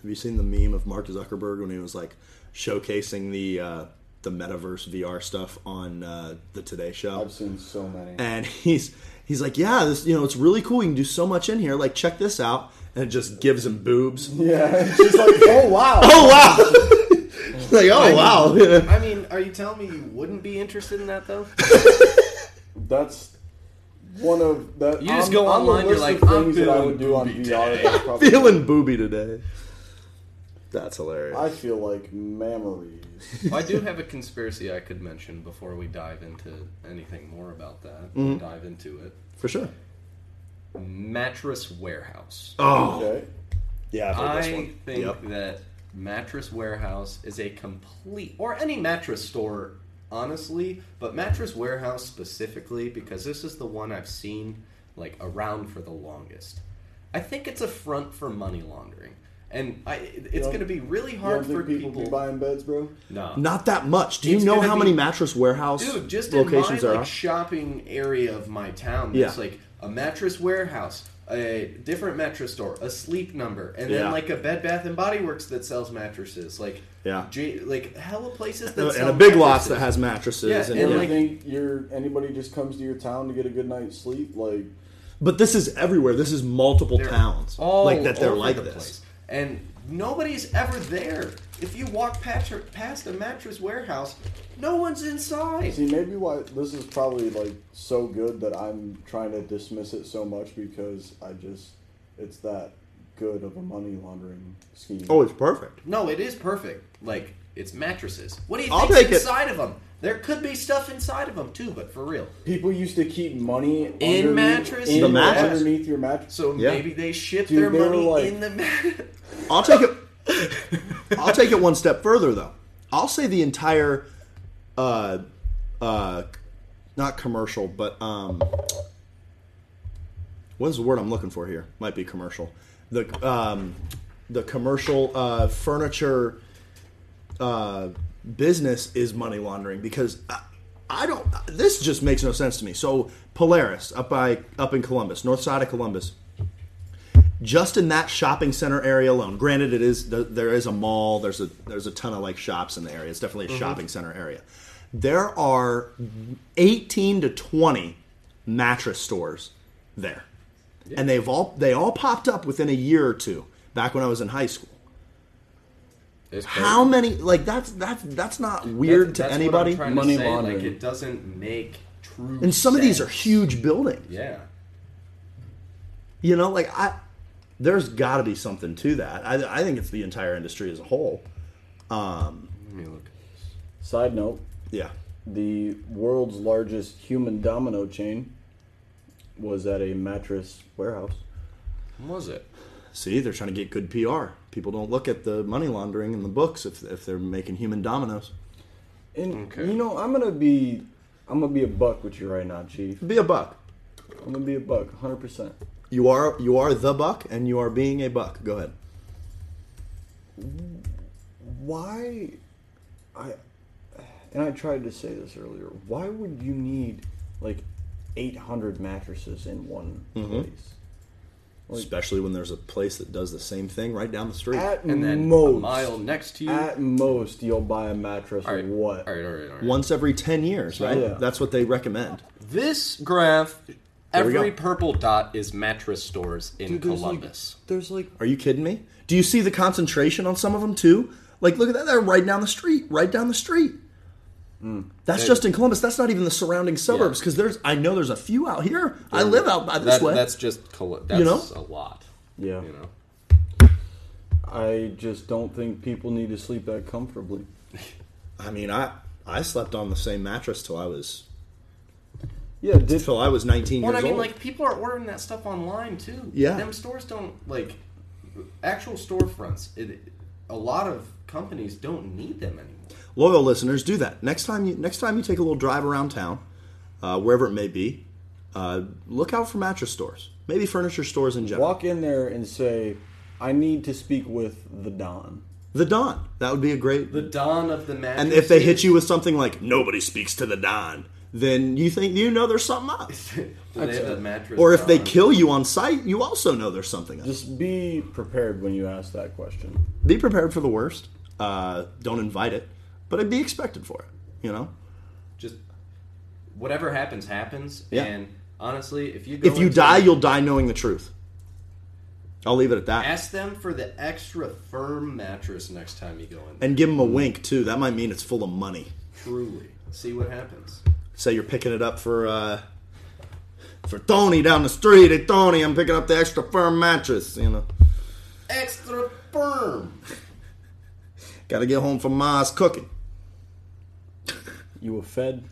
S1: Have you seen the meme of Mark Zuckerberg when he was like showcasing the uh, the metaverse VR stuff on uh, the Today Show?
S2: I've seen so many.
S1: and he's he's like, yeah, this you know it's really cool. You can do so much in here. Like check this out, and it just gives him boobs.
S2: Yeah, she's like, oh wow.
S1: Oh wow! like oh wow! Yeah.
S3: I mean, are you telling me you wouldn't be interested in that though?
S2: That's one of that.
S3: You just
S2: on-
S3: go
S2: on the
S3: online, you're
S2: list
S3: like,
S2: of
S3: I'm
S2: things that I
S3: feeling
S2: would do on
S3: booby
S2: VR.
S3: today.
S2: that's probably-
S1: Feeling booby today. That's hilarious.
S2: I feel like mammaries.
S3: I do have a conspiracy I could mention before we dive into anything more about that.
S2: Mm-hmm.
S3: Dive into it.
S1: For sure.
S3: Mattress Warehouse.
S1: Oh
S2: Okay.
S1: yeah, I've heard this
S3: I
S1: one.
S3: think
S1: Yep.
S3: that Mattress Warehouse is a complete, or any mattress store, honestly, but Mattress Warehouse specifically, because this is the one I've seen like around for the longest. I think it's a front for money laundering, and I, it's
S2: don't-
S3: going to be really
S2: You don't
S3: hard for
S2: think people,
S3: people.
S2: be buying beds, bro?
S3: Nah.
S1: Not that much. Do you
S3: It's
S1: know
S3: gonna
S1: how
S3: be-
S1: many mattress warehouse
S3: Dude, just
S1: locations
S3: in
S1: there
S3: my
S1: are?
S3: like, shopping area of my town, there's
S1: Yeah.
S3: like a mattress warehouse, a different mattress store, a sleep number, and then
S1: Yeah.
S3: like a Bed Bath and Body Works that sells mattresses. Like
S1: Yeah.
S3: J- like hella places that
S1: and
S3: sell
S1: a big lots
S3: mattresses.
S1: that has mattresses. and,
S3: Yeah, and,
S1: yeah.
S2: You
S3: like-
S2: think you're anybody just comes to your town to get a good night's sleep? Like,
S1: but this is everywhere. This is multiple
S3: They're
S1: towns
S3: all
S1: like that. They're
S3: over
S1: like
S3: the
S1: this.
S3: place. and nobody's ever there. If you walk past past a mattress warehouse, no one's inside.
S2: see, maybe why this is probably like so good that I'm trying to dismiss it so much because I just it's that good of a money laundering scheme.
S1: Oh, it's perfect.
S3: No, it is perfect. Like it's mattresses. What do you
S1: I'll
S3: think's
S1: take it.
S3: inside of them? There could be stuff inside of them too, but for real.
S2: People used to keep money
S3: In
S2: underneath-
S3: mattress?
S2: in-
S1: The mattress.
S2: underneath your mattress.
S3: So
S1: Yeah.
S3: maybe they ship
S2: Dude,
S3: their
S2: they were
S3: money
S2: like-
S3: in the mat.
S1: I'll take it. I'll take it one step further though. I'll say the entire, uh, uh, not commercial, but um, what is the word I'm looking for here? Might be commercial. The um, the commercial uh, furniture uh, business is money laundering because I, I don't. This just makes no sense to me. So Polaris up by up in Columbus, north side of Columbus, just in that shopping center area alone. Granted, it is there- there is a mall. There's a there's a ton of like shops in the area. It's definitely a shopping center area. There are eighteen to twenty mattress stores there, and they've all they all popped up within a year or two. Back when I was in high school, how many like that's that's that's not weird to anybody.
S2: Money
S3: money laundering. Like
S2: laundering.
S3: it doesn't make true.
S1: And some of these are
S3: sense.
S1: huge buildings.
S3: Yeah.
S1: You know, like I, there's got to be something to that. I, I think it's the entire industry as a whole.
S3: Let me look.
S2: Side note:
S1: Yeah.
S2: the world's largest human domino chain was at a mattress warehouse.
S3: When was it?
S1: See, they're trying to get good PR. People don't look at the money laundering in the books if, if they're making human dominoes.
S2: And
S3: Okay.
S2: you know, I'm gonna be, I'm gonna be a buck with you right now, Chief.
S1: Be a buck.
S2: I'm gonna be a buck, 100. percent
S1: You are you are the buck, and you are being a buck. Go ahead.
S2: Why, I, and I tried to say this earlier. Why would you need like 800 mattresses in one
S3: Mm-hmm.
S2: place? Like-
S1: Especially when there's a place that does the same thing right down the street.
S2: At
S3: And then
S2: most,
S3: a mile next to you.
S2: at most, you'll buy a mattress
S3: all
S2: or
S3: right.
S2: what?
S3: All right. All right. All right.
S1: Once every ten years, right?
S2: Yeah.
S1: That's what they recommend.
S3: This graph,
S1: Here we go.
S3: every purple dot is mattress stores in
S2: Dude, there's
S3: Columbus.
S2: Like, there's like
S1: Are you kidding me? Do you see the concentration on some of them too? Like, look at that. They're right down the street. Right down the street.
S2: Mm.
S1: That's
S3: They-
S1: just in Columbus. That's not even the surrounding suburbs because there's. I know there's a few out here. I live out by this
S3: That-
S1: way.
S3: That's just Col- that's
S1: know?
S3: a lot.
S2: Yeah.
S3: You know.
S2: I just don't think people need to sleep that comfortably.
S1: I mean, I I slept on the same mattress till I was
S2: Yeah, did
S1: till I was 19
S3: Well,
S1: years
S3: I mean,
S1: old.
S3: like people are ordering that stuff online too.
S1: Yeah.
S3: them stores don't like actual storefronts. It, a lot of companies don't need them anymore.
S1: Loyal listeners, do that next time. You next time you take a little drive around town, uh, wherever it may be, uh, look out for mattress stores, maybe furniture stores in general.
S2: walk in there and say, "I need to speak with the Don."
S1: The Don, that would be a great.
S3: The dawn of the mattress.
S1: and if they hit you with something like "Nobody speaks to the Don," then you think you know there's something up.
S3: they have a mattress
S1: Or if they
S3: gone.
S1: kill you on sight, you also know there's something up.
S2: Just be prepared when you ask that question.
S1: be prepared for the worst. Uh, don't invite it, but it'd be expected for it. You know,
S3: just whatever happens happens.
S1: Yeah.
S3: And honestly, if you go
S1: if you
S3: into-
S1: die, you'll die knowing the truth. I'll leave it at that,
S3: ask them for the extra firm mattress next time you go in. There.
S1: and give them a wink too. That might mean it's full of money.
S3: Truly, see what happens.
S1: Say you're picking it up for uh, for Tony down the street. Hey Tony, I'm picking up the extra firm mattress. You know,
S3: Extra firm.
S1: got to get home from Ma's cooking.
S2: You were fed.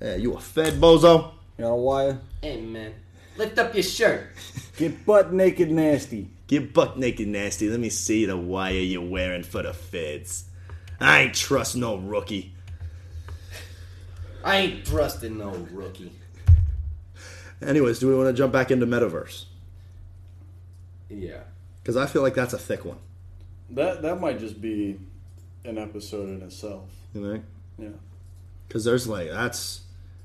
S1: Yeah, you a fed bozo?
S2: You know why?
S3: Hey man, lift up your shirt.
S2: Get butt naked nasty.
S1: Get buck naked nasty. Let me see the wire you're wearing for the feds. I ain't trust no rookie.
S3: I ain't trusting no rookie.
S1: Anyways, do we want to jump back into metaverse?
S3: Yeah.
S1: Because I feel like that's a thick one.
S2: That that might just be an episode in itself.
S1: You know?
S2: Yeah.
S1: Because there's like that's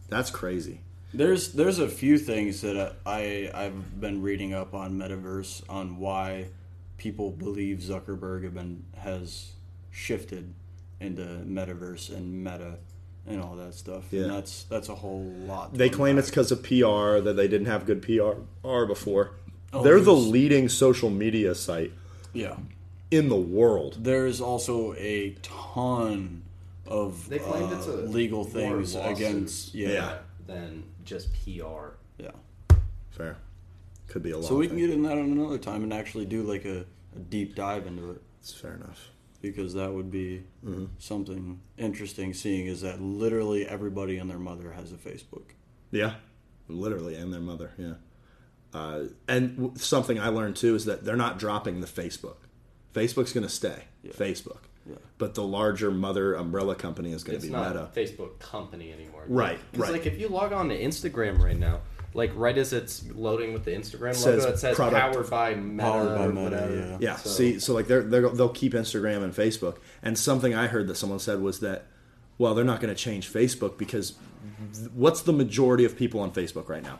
S1: that's crazy.
S2: There's there's a few things that I I've been reading up on metaverse on why people believe Zuckerberg have been, has shifted into metaverse and meta and all that stuff.
S1: Yeah.
S2: And that's that's a whole lot. to
S1: They claim
S2: unpack.
S1: it's because of PR that they didn't have good PR R before.
S2: Oh,
S1: They're the
S2: there's-
S1: leading social media site
S2: yeah.
S1: in the world.
S2: There's also a ton of
S3: They claimed
S2: uh,
S3: it's a
S2: legal
S3: more
S2: things
S3: lawsuits
S2: against yeah.
S1: Yeah.
S2: yeah.
S3: Than just PR.
S1: Fair. Could be a lot.
S2: So we
S1: of
S2: can
S1: things.
S2: get in that on another time and actually do like a, a deep dive into it.
S1: It's fair enough.
S2: because that would be
S1: Mm-hmm.
S2: something interesting seeing is that literally everybody and their mother has a facebook
S1: Yeah, literally, and their mother. Yeah, uh, and w- something I learned too is that they're not dropping the Facebook. Facebook's going to stay Facebook,
S2: Yeah.
S1: but the larger mother umbrella company is going
S3: It's
S1: to be
S3: not
S1: Meta.
S3: a Facebook company anymore.
S1: Right,
S3: Because
S1: right.
S3: like if you log on to Instagram right now, like right as it's loading with the Instagram
S1: Says
S3: logo, it says
S1: product-
S3: powered by Meta.
S2: Powered by
S3: or
S2: Meta,
S3: whatever.
S2: yeah.
S1: Yeah.
S3: So-
S1: see, so like they're, they're they'll keep Instagram and Facebook. And something I heard that someone said was that, well, they're not going to change Facebook because th- what's the majority of people on Facebook right now?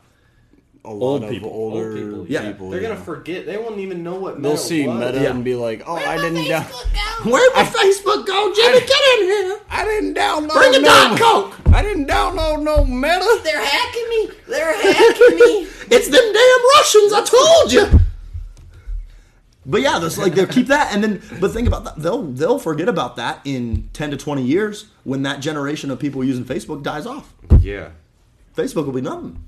S2: a lot
S1: Old
S2: of
S1: people.
S2: older
S3: Old people,
S2: people,
S3: yeah. They're
S2: yeah.
S3: gonna forget. They won't even know what
S2: they'll
S3: Meta
S2: see
S3: was.
S2: meta
S1: Yeah.
S2: and be like oh i didn't down-
S1: Where'd my Facebook go, Jimmy? Get in here.
S2: i didn't download
S1: Bring a Diet Coke.
S2: i didn't download no meta
S3: They're hacking me. They're hacking me.
S1: It's them damn Russians. I told you. But yeah, that's like they'll keep that, and then but think about that. They'll they'll forget about that in ten to twenty years when that generation of people using Facebook dies off.
S3: Yeah.
S1: Facebook will be nothing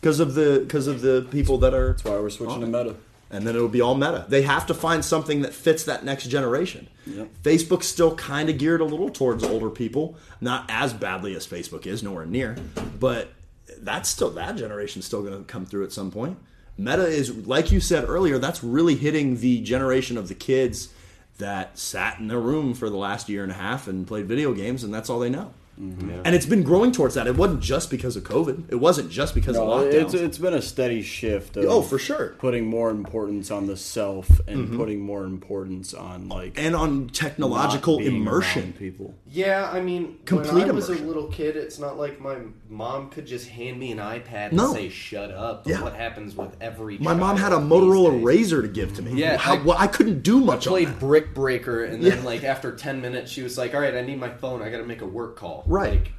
S1: because of the because of the people that are.
S2: that's why we're switching to meta
S1: and then it'll be all meta. They have to find something that fits that next generation.
S2: Yep.
S1: Facebook's still kind of geared a little towards older people, not as badly as Facebook is, nowhere near, but that's still that generation's still going to come through at some point. Meta is like you said earlier, that's really hitting the generation of the kids that sat in their room for the last year and a half and played video games and that's all they know.
S2: Mm-hmm.
S1: And it's been growing towards that. It wasn't just because of COVID. It wasn't just because
S2: No,
S1: of
S2: it's,
S1: lockdowns.
S2: it's been a steady shift of
S1: oh, for sure.
S2: putting more importance on the self and putting more importance on like
S1: and on
S2: not
S1: technological
S2: being
S1: immersion.
S2: around people
S3: Yeah, I mean, when
S1: Complete
S3: I was
S1: immersion.
S3: a little kid, it's not like my mom could just hand me an iPad and
S1: No.
S3: say "shut up."
S1: Yeah.
S3: What happens with every?
S1: My mom
S3: child
S1: had a
S3: these
S1: Motorola
S3: days.
S1: Razor to give to me.
S3: Yeah,
S1: How-
S3: I-
S1: well, I couldn't do much on
S3: Played
S1: that.
S3: Brick Breaker, and then
S1: Yeah.
S3: like after ten minutes, she was like, "All right, I need my phone. I got to make a work call."
S1: Right.
S3: Like,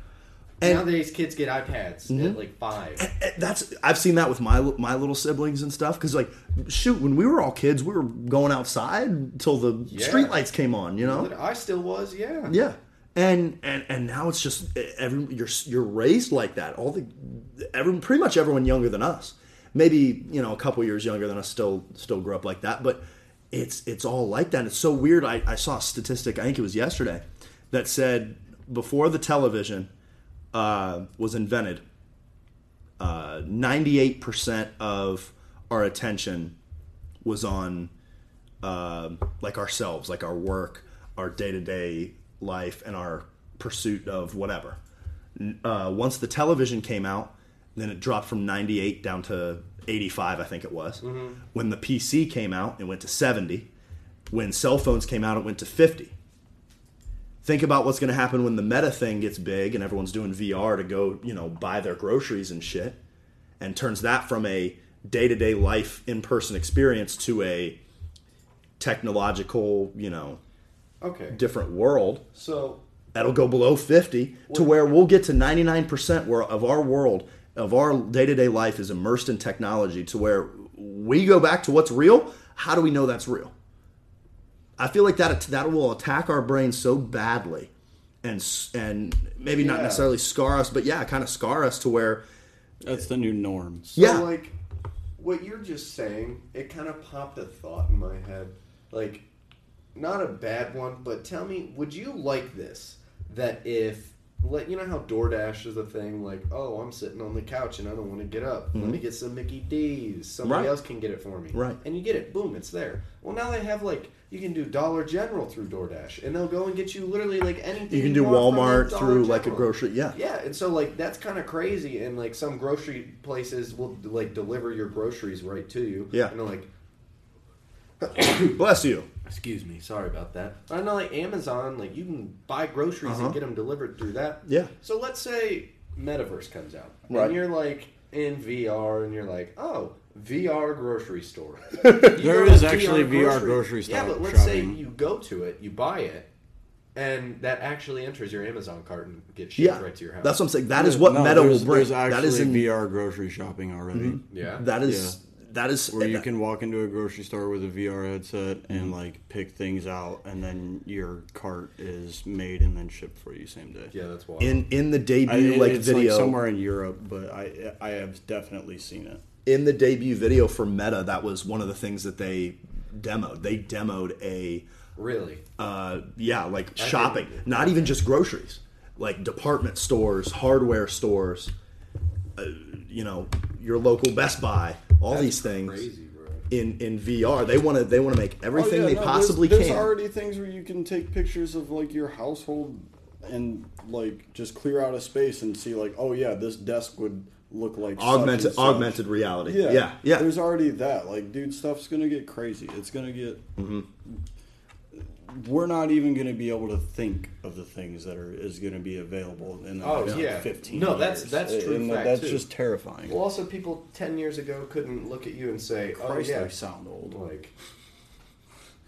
S1: And-
S3: nowadays, kids get iPads at like five.
S1: Eh, That's I've seen that with my li- my little siblings and stuff. Because like, shoot, when we were all kids, we were going outside till the
S3: Yeah.
S1: streetlights came on. You know,
S3: But I still was, yeah.
S1: Yeah, and and and now it's just e, every you're you're raised like that. All the every pretty much everyone younger than us, maybe you know a couple years younger than us, still still grew up like that. But it's it's all like that. It's so weird. I, I saw a statistic. I think it was yesterday that said before the television uh, was invented, ninety eight percent of our attention was on um, like ourselves, like our work, our day to day life, and our pursuit of whatever. N- Uh, once the television came out, then it dropped from 98 down to 85, I think it was. When the PC came out, it went to 70. When cell phones came out, it went to 50. think about what's going to happen when the meta thing gets big and everyone's doing VR to go, you know, buy their groceries and shit and turns that from a day-to-day life in-person experience to a technological, you know,
S3: Okay.
S1: different world.
S3: So
S1: That'll go below 50 to where we'll get to 99% where of our world, of our day-to-day life is immersed in technology to where we go back to what's real. How do we know that's real? I feel like that that will attack our brain so badly, and s- and maybe not
S3: Yeah.
S1: necessarily scar us, but yeah, kind of scar us to where
S2: That's the new norm.
S3: So
S1: Yeah.
S3: like what you're just saying, it kind of popped a thought in my head. Like not a bad one, but tell me, would you like this? That if like you know how DoorDash is a thing, like, oh, I'm sitting on the couch and I don't want to get up. Let me get some Mickey D's. Somebody
S1: Mm-hmm. Right.
S3: else can get it for me.
S1: Right.
S3: And you get it, boom, it's there. Well now they have like you can do Dollar General through DoorDash and they'll go and get you literally like anything.
S1: you can do
S3: want from
S1: Walmart
S3: Dollar
S1: through like a
S3: General.
S1: grocery. Yeah,
S3: Yeah, and so like that's kind of crazy, and like some grocery places will like deliver your groceries right to you.
S1: Yeah.
S3: and they're like,
S1: bless you.
S3: excuse me, sorry about that. I know like Amazon, like you can buy groceries
S1: Uh-huh.
S3: and get them delivered through that.
S1: Yeah.
S3: So let's say Metaverse comes out,
S1: Right.
S3: and you're like in VR, and you're like, oh, VR grocery store.
S2: There
S3: there
S2: is actually VR grocery
S3: Yeah,
S2: store
S3: but let's
S2: shopping.
S3: say you go to it, you buy it. And that actually enters your Amazon cart and gets shipped
S1: Yeah,
S3: right to your house.
S1: that's what I'm saying. That is what
S2: No,
S1: Meta will
S2: there's-
S1: bring.
S2: There's actually
S1: That is in,
S2: VR grocery shopping already,
S3: Mm-hmm. yeah.
S1: that is that is eh,
S2: where you can walk into a grocery store with a VR headset and like pick things out, and then your cart is made and then shipped for you same day.
S3: yeah, that's wild.
S1: in in the
S2: I,
S1: debut
S2: it-
S1: like
S2: it's
S1: video
S2: like somewhere in Europe, but I I have definitely seen it.
S1: in the debut video for Meta. That was one of the things that they demoed. They demoed a
S3: Really?
S1: uh, yeah, like
S3: think-
S1: shopping, not even just groceries, like department stores, hardware stores, uh, you know, your local Best Buy, all these things
S3: Crazy, bro.
S1: in in VR. They want to they want to make everything they possibly
S2: Oh, there's,
S1: can.
S2: There's already things where you can take pictures of like your household and like just clear out a space and see like, oh yeah, this desk would look like such
S1: augmented
S2: and such.
S1: augmented reality. Yeah, yeah,
S2: There's already that. Like, dude, stuff's gonna get crazy. It's gonna get.
S1: Mm-hmm.
S2: We're not even gonna be able to think of the things that are is gonna be available in the
S3: Oh,
S2: next like,
S3: yeah.
S2: fifteen.
S3: No, that's-
S2: years.
S3: that's true
S2: And
S3: fact,
S2: that's
S3: too.
S2: just terrifying.
S3: Well, also, people 10 years ago couldn't look at you and say,
S2: Christ,
S3: oh, yeah.
S2: I sound old.
S3: Like,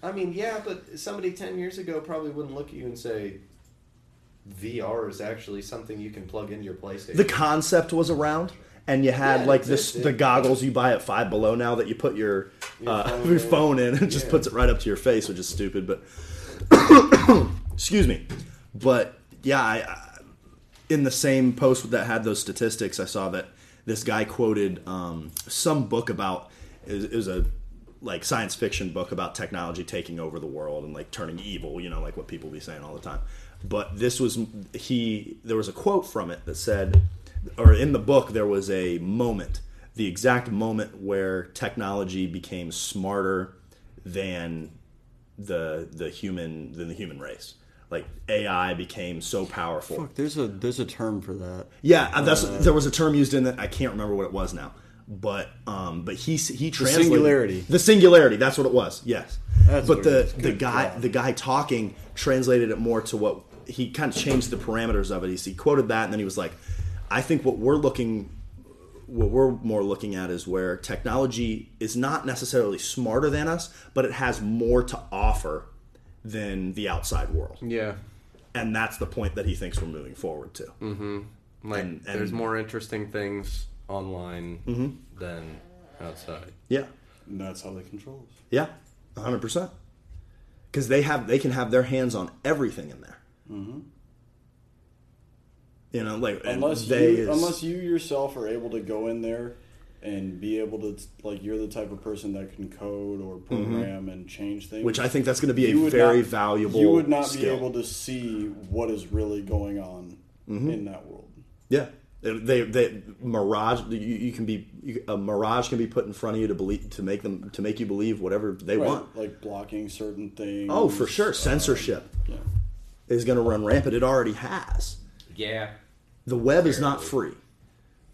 S3: I mean, yeah, but somebody 10 years ago probably wouldn't look at you and say, VR is actually something you can plug into your PlayStation.
S1: the concept was around and you had
S3: Yeah,
S1: like
S3: it
S1: this the
S3: existed.
S1: goggles you buy at five below now that you put your,
S3: Your
S1: uh,
S3: phone
S1: your
S3: in.
S1: phone in and it just
S3: Yeah.
S1: puts it right up to your face which is stupid but excuse me but yeah I, I, in the same post that had those statistics i saw that this guy quoted um, some book about it was, it was a like science fiction book about technology taking over the world and like turning evil you know like what people be saying all the time but this was he there was a quote from it that said or in the book there was a moment the exact moment where technology became smarter than the the human than the human race like ai became so powerful
S2: Fuck, there's a there's a term for that.
S1: yeah, uh, that's there was a term used in that I can't remember what it was now, but um, but he s- he translated
S2: singularity.
S1: The singularity. That's what it was. Yes,
S2: That's
S1: but
S2: what
S1: the
S2: it is.
S1: the
S2: Good
S1: guy
S2: God.
S1: the guy talking translated it more to what he kind of changed the parameters of it. He, s- he quoted that and then he was like, I think what we're looking what we're more looking at is where technology is not necessarily smarter than us, but it has more to offer than the outside world,
S3: yeah.
S1: and that's the point that he thinks we're moving forward to.
S2: Mm-hmm.
S3: Like,
S1: And- Mm-hmm.
S3: there's
S1: and-
S3: more interesting things online than outside.
S1: Yeah.
S2: And that's how they control us.
S1: Yeah, a hundred percent. Because they have, they can have their hands on everything in there.
S2: Mm-hmm.
S1: You know, like and
S2: unless
S1: they
S2: you,
S1: is-
S2: unless you yourself are able to go in there and be able to like you're the type of person that can code or program and change things
S1: Mm-hmm. which I think that's going to be
S2: You
S1: a
S2: would
S1: very
S2: not-
S1: valuable.
S2: you would not be
S1: skill.
S2: able to see what is really going on
S1: Mm-hmm.
S2: in that world
S1: Yeah, they, they mirage. You, you can be you, a mirage can be put in front of you to believe to make them to make you believe whatever they
S2: Right,
S1: want.
S2: like blocking certain things
S1: Oh, for sure,
S2: uh,
S1: censorship
S2: yeah.
S1: is going to run rampant. It already has.
S3: Yeah.
S1: The web is not free.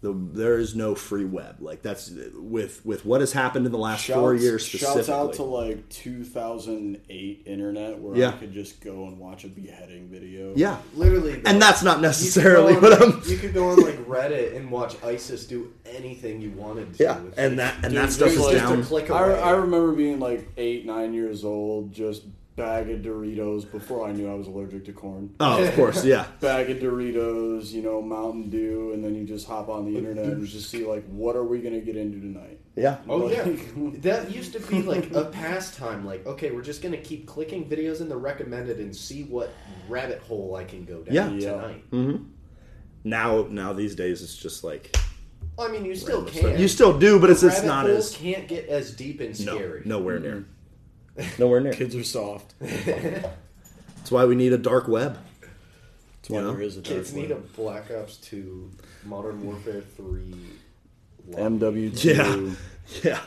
S1: The, there is no free web. Like that's with with what has happened in the last
S2: Shouts,
S1: four years specifically.
S2: shouts out to like 2008 internet where I
S1: Yeah.
S2: could just go and watch a beheading video.
S1: yeah,
S4: Literally,
S1: and that's not
S4: You could
S1: necessarily
S4: go on,
S1: what I'm.
S4: You could go on like Reddit and watch ISIS do anything you wanted to.
S1: Yeah,
S4: with
S1: and that and
S2: Dude,
S1: that stuff
S2: there's
S1: is
S2: like-
S4: just
S1: down.
S4: a click
S2: I,
S4: away.
S2: I remember being like eight, nine years old, just bag of Doritos before I knew I was allergic to corn.
S1: oh, of course, yeah.
S2: Bag of Doritos, you know, Mountain Dew, and then you just hop on the internet and just see like, what are we gonna get into tonight?
S1: Yeah.
S4: Oh yeah,
S2: Like-
S4: that used to be like a pastime. Like, okay, we're just gonna keep clicking videos in the recommended and see what rabbit hole I can go down
S1: Yeah. Mm.
S2: Yeah.
S4: tonight.
S1: Now now these days it's just like
S4: I mean, you still can.
S1: you still do, but it's it's
S4: Rabbit
S1: not
S4: holes
S1: as
S4: can't get as deep and
S1: no,
S4: scary.
S1: nowhere near. Nowhere near.
S2: Kids are soft. That's
S1: That's why we need a dark web.
S2: why
S1: You know,
S2: there is a dark
S4: Kids need a
S2: web.
S4: Black Ops Two, Modern Warfare Three.
S2: MW2.
S1: Yeah. Yeah.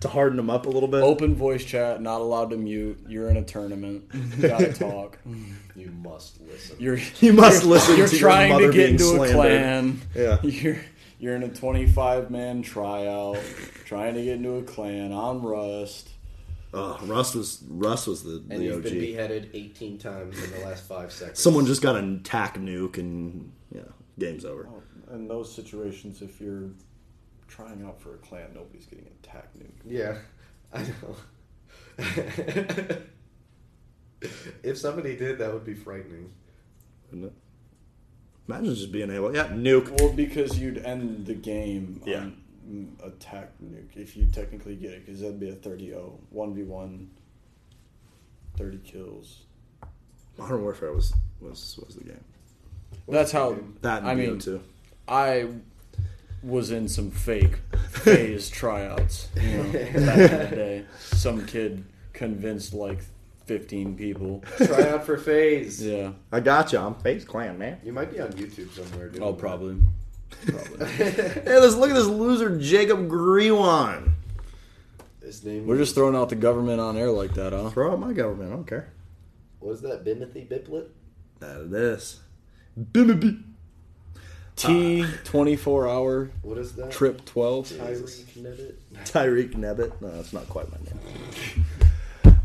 S1: To harden them up a little bit.
S4: Oh,
S2: Open voice chat, not allowed to mute. You're in a tournament. Gotta talk.
S4: You must listen.
S2: You're
S1: You must listen
S2: You're
S1: to your
S2: trying
S1: mother
S2: to get
S1: being
S2: into a
S1: slandered.
S2: clan.
S1: Yeah.
S2: You're you're in a 25 man tryout, trying to get into a clan on Rust.
S1: Ugh, Oh, Russ was Russ was the,
S4: and
S1: the
S4: you've been
S1: OG.
S4: beheaded 18 times in the last five seconds.
S1: Someone just got an attack nuke and yeah, game's over.
S2: Oh, In those situations, if you're trying out for a clan, nobody's getting attacked. Nuke.
S4: Yeah, I know. if somebody did, that would be frightening.
S1: Isn't it? Imagine just being able yeah, nuke.
S2: Well, because you'd end the game
S1: Yeah.
S2: on mm, attack nuke if you technically get it, because that'd be a 30-0, 1v1, 30 kills.
S1: Modern Warfare was was was the game.
S2: That's how
S1: That and
S2: I mean,
S1: BO2.
S2: I was in some fake phase tryouts, you know, back in the day. Some kid convinced like 15 people.
S4: Try out for phase.
S2: Yeah.
S1: I got you. I'm Face Clan, man.
S4: You might be on YouTube somewhere, dude.
S2: Oh, probably. Probably.
S1: Hey, let's look at this loser, Jacob Grewan.
S4: His name
S2: We're just throwing out the government on air like that, huh?
S1: Throw out my government. I don't care.
S4: was that Bimothy Biplet?
S1: That it is. Bimini.
S2: T 24 hour
S4: What is that?
S2: trip 12.
S4: Tyreek Nevitt?
S1: Tyreek Nebbit. No, that's not quite my name.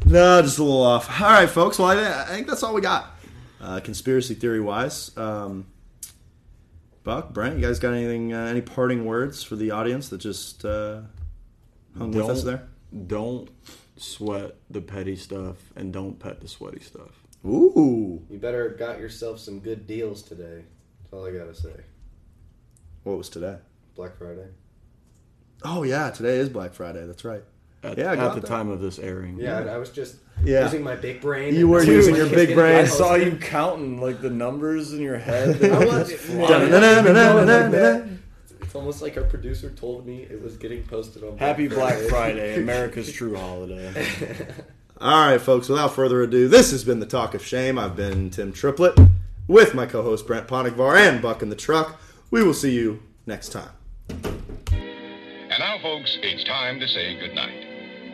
S1: no, just a little off. All right, folks. Well, I, I think that's all we got. Uh, conspiracy theory wise. Um, Buck, Brent, you guys got anything, uh, any parting words for the audience that just uh, hung with us
S2: Don't-
S1: there?
S2: Don't sweat the petty stuff and don't pet the sweaty stuff.
S1: Ooh.
S4: You better got yourself some good deals today. That's all I gotta say.
S1: What was today?
S4: Black Friday.
S1: Oh, yeah. Today is Black Friday. That's right.
S2: At,
S1: Yeah, I
S2: at
S1: got
S2: the
S1: that.
S2: time of this airing.
S4: Yeah, I I was just
S1: Yeah.
S4: using my big brain.
S1: You were
S4: and-
S1: using your big brain.
S2: I saw you counting like the numbers in your head.
S4: I was-
S1: Da-na-na-na-na-na-na-na.
S4: It's almost like our producer told me it was getting posted on.
S2: Happy Black Friday, America's true holiday.
S1: All right, folks, without further ado, this has been The Talk of Shame. I've been Tim Triplett with my co host Brent Ponikvar and Buck in the Truck. We will see you next time.
S5: And now, folks, it's time to say goodnight.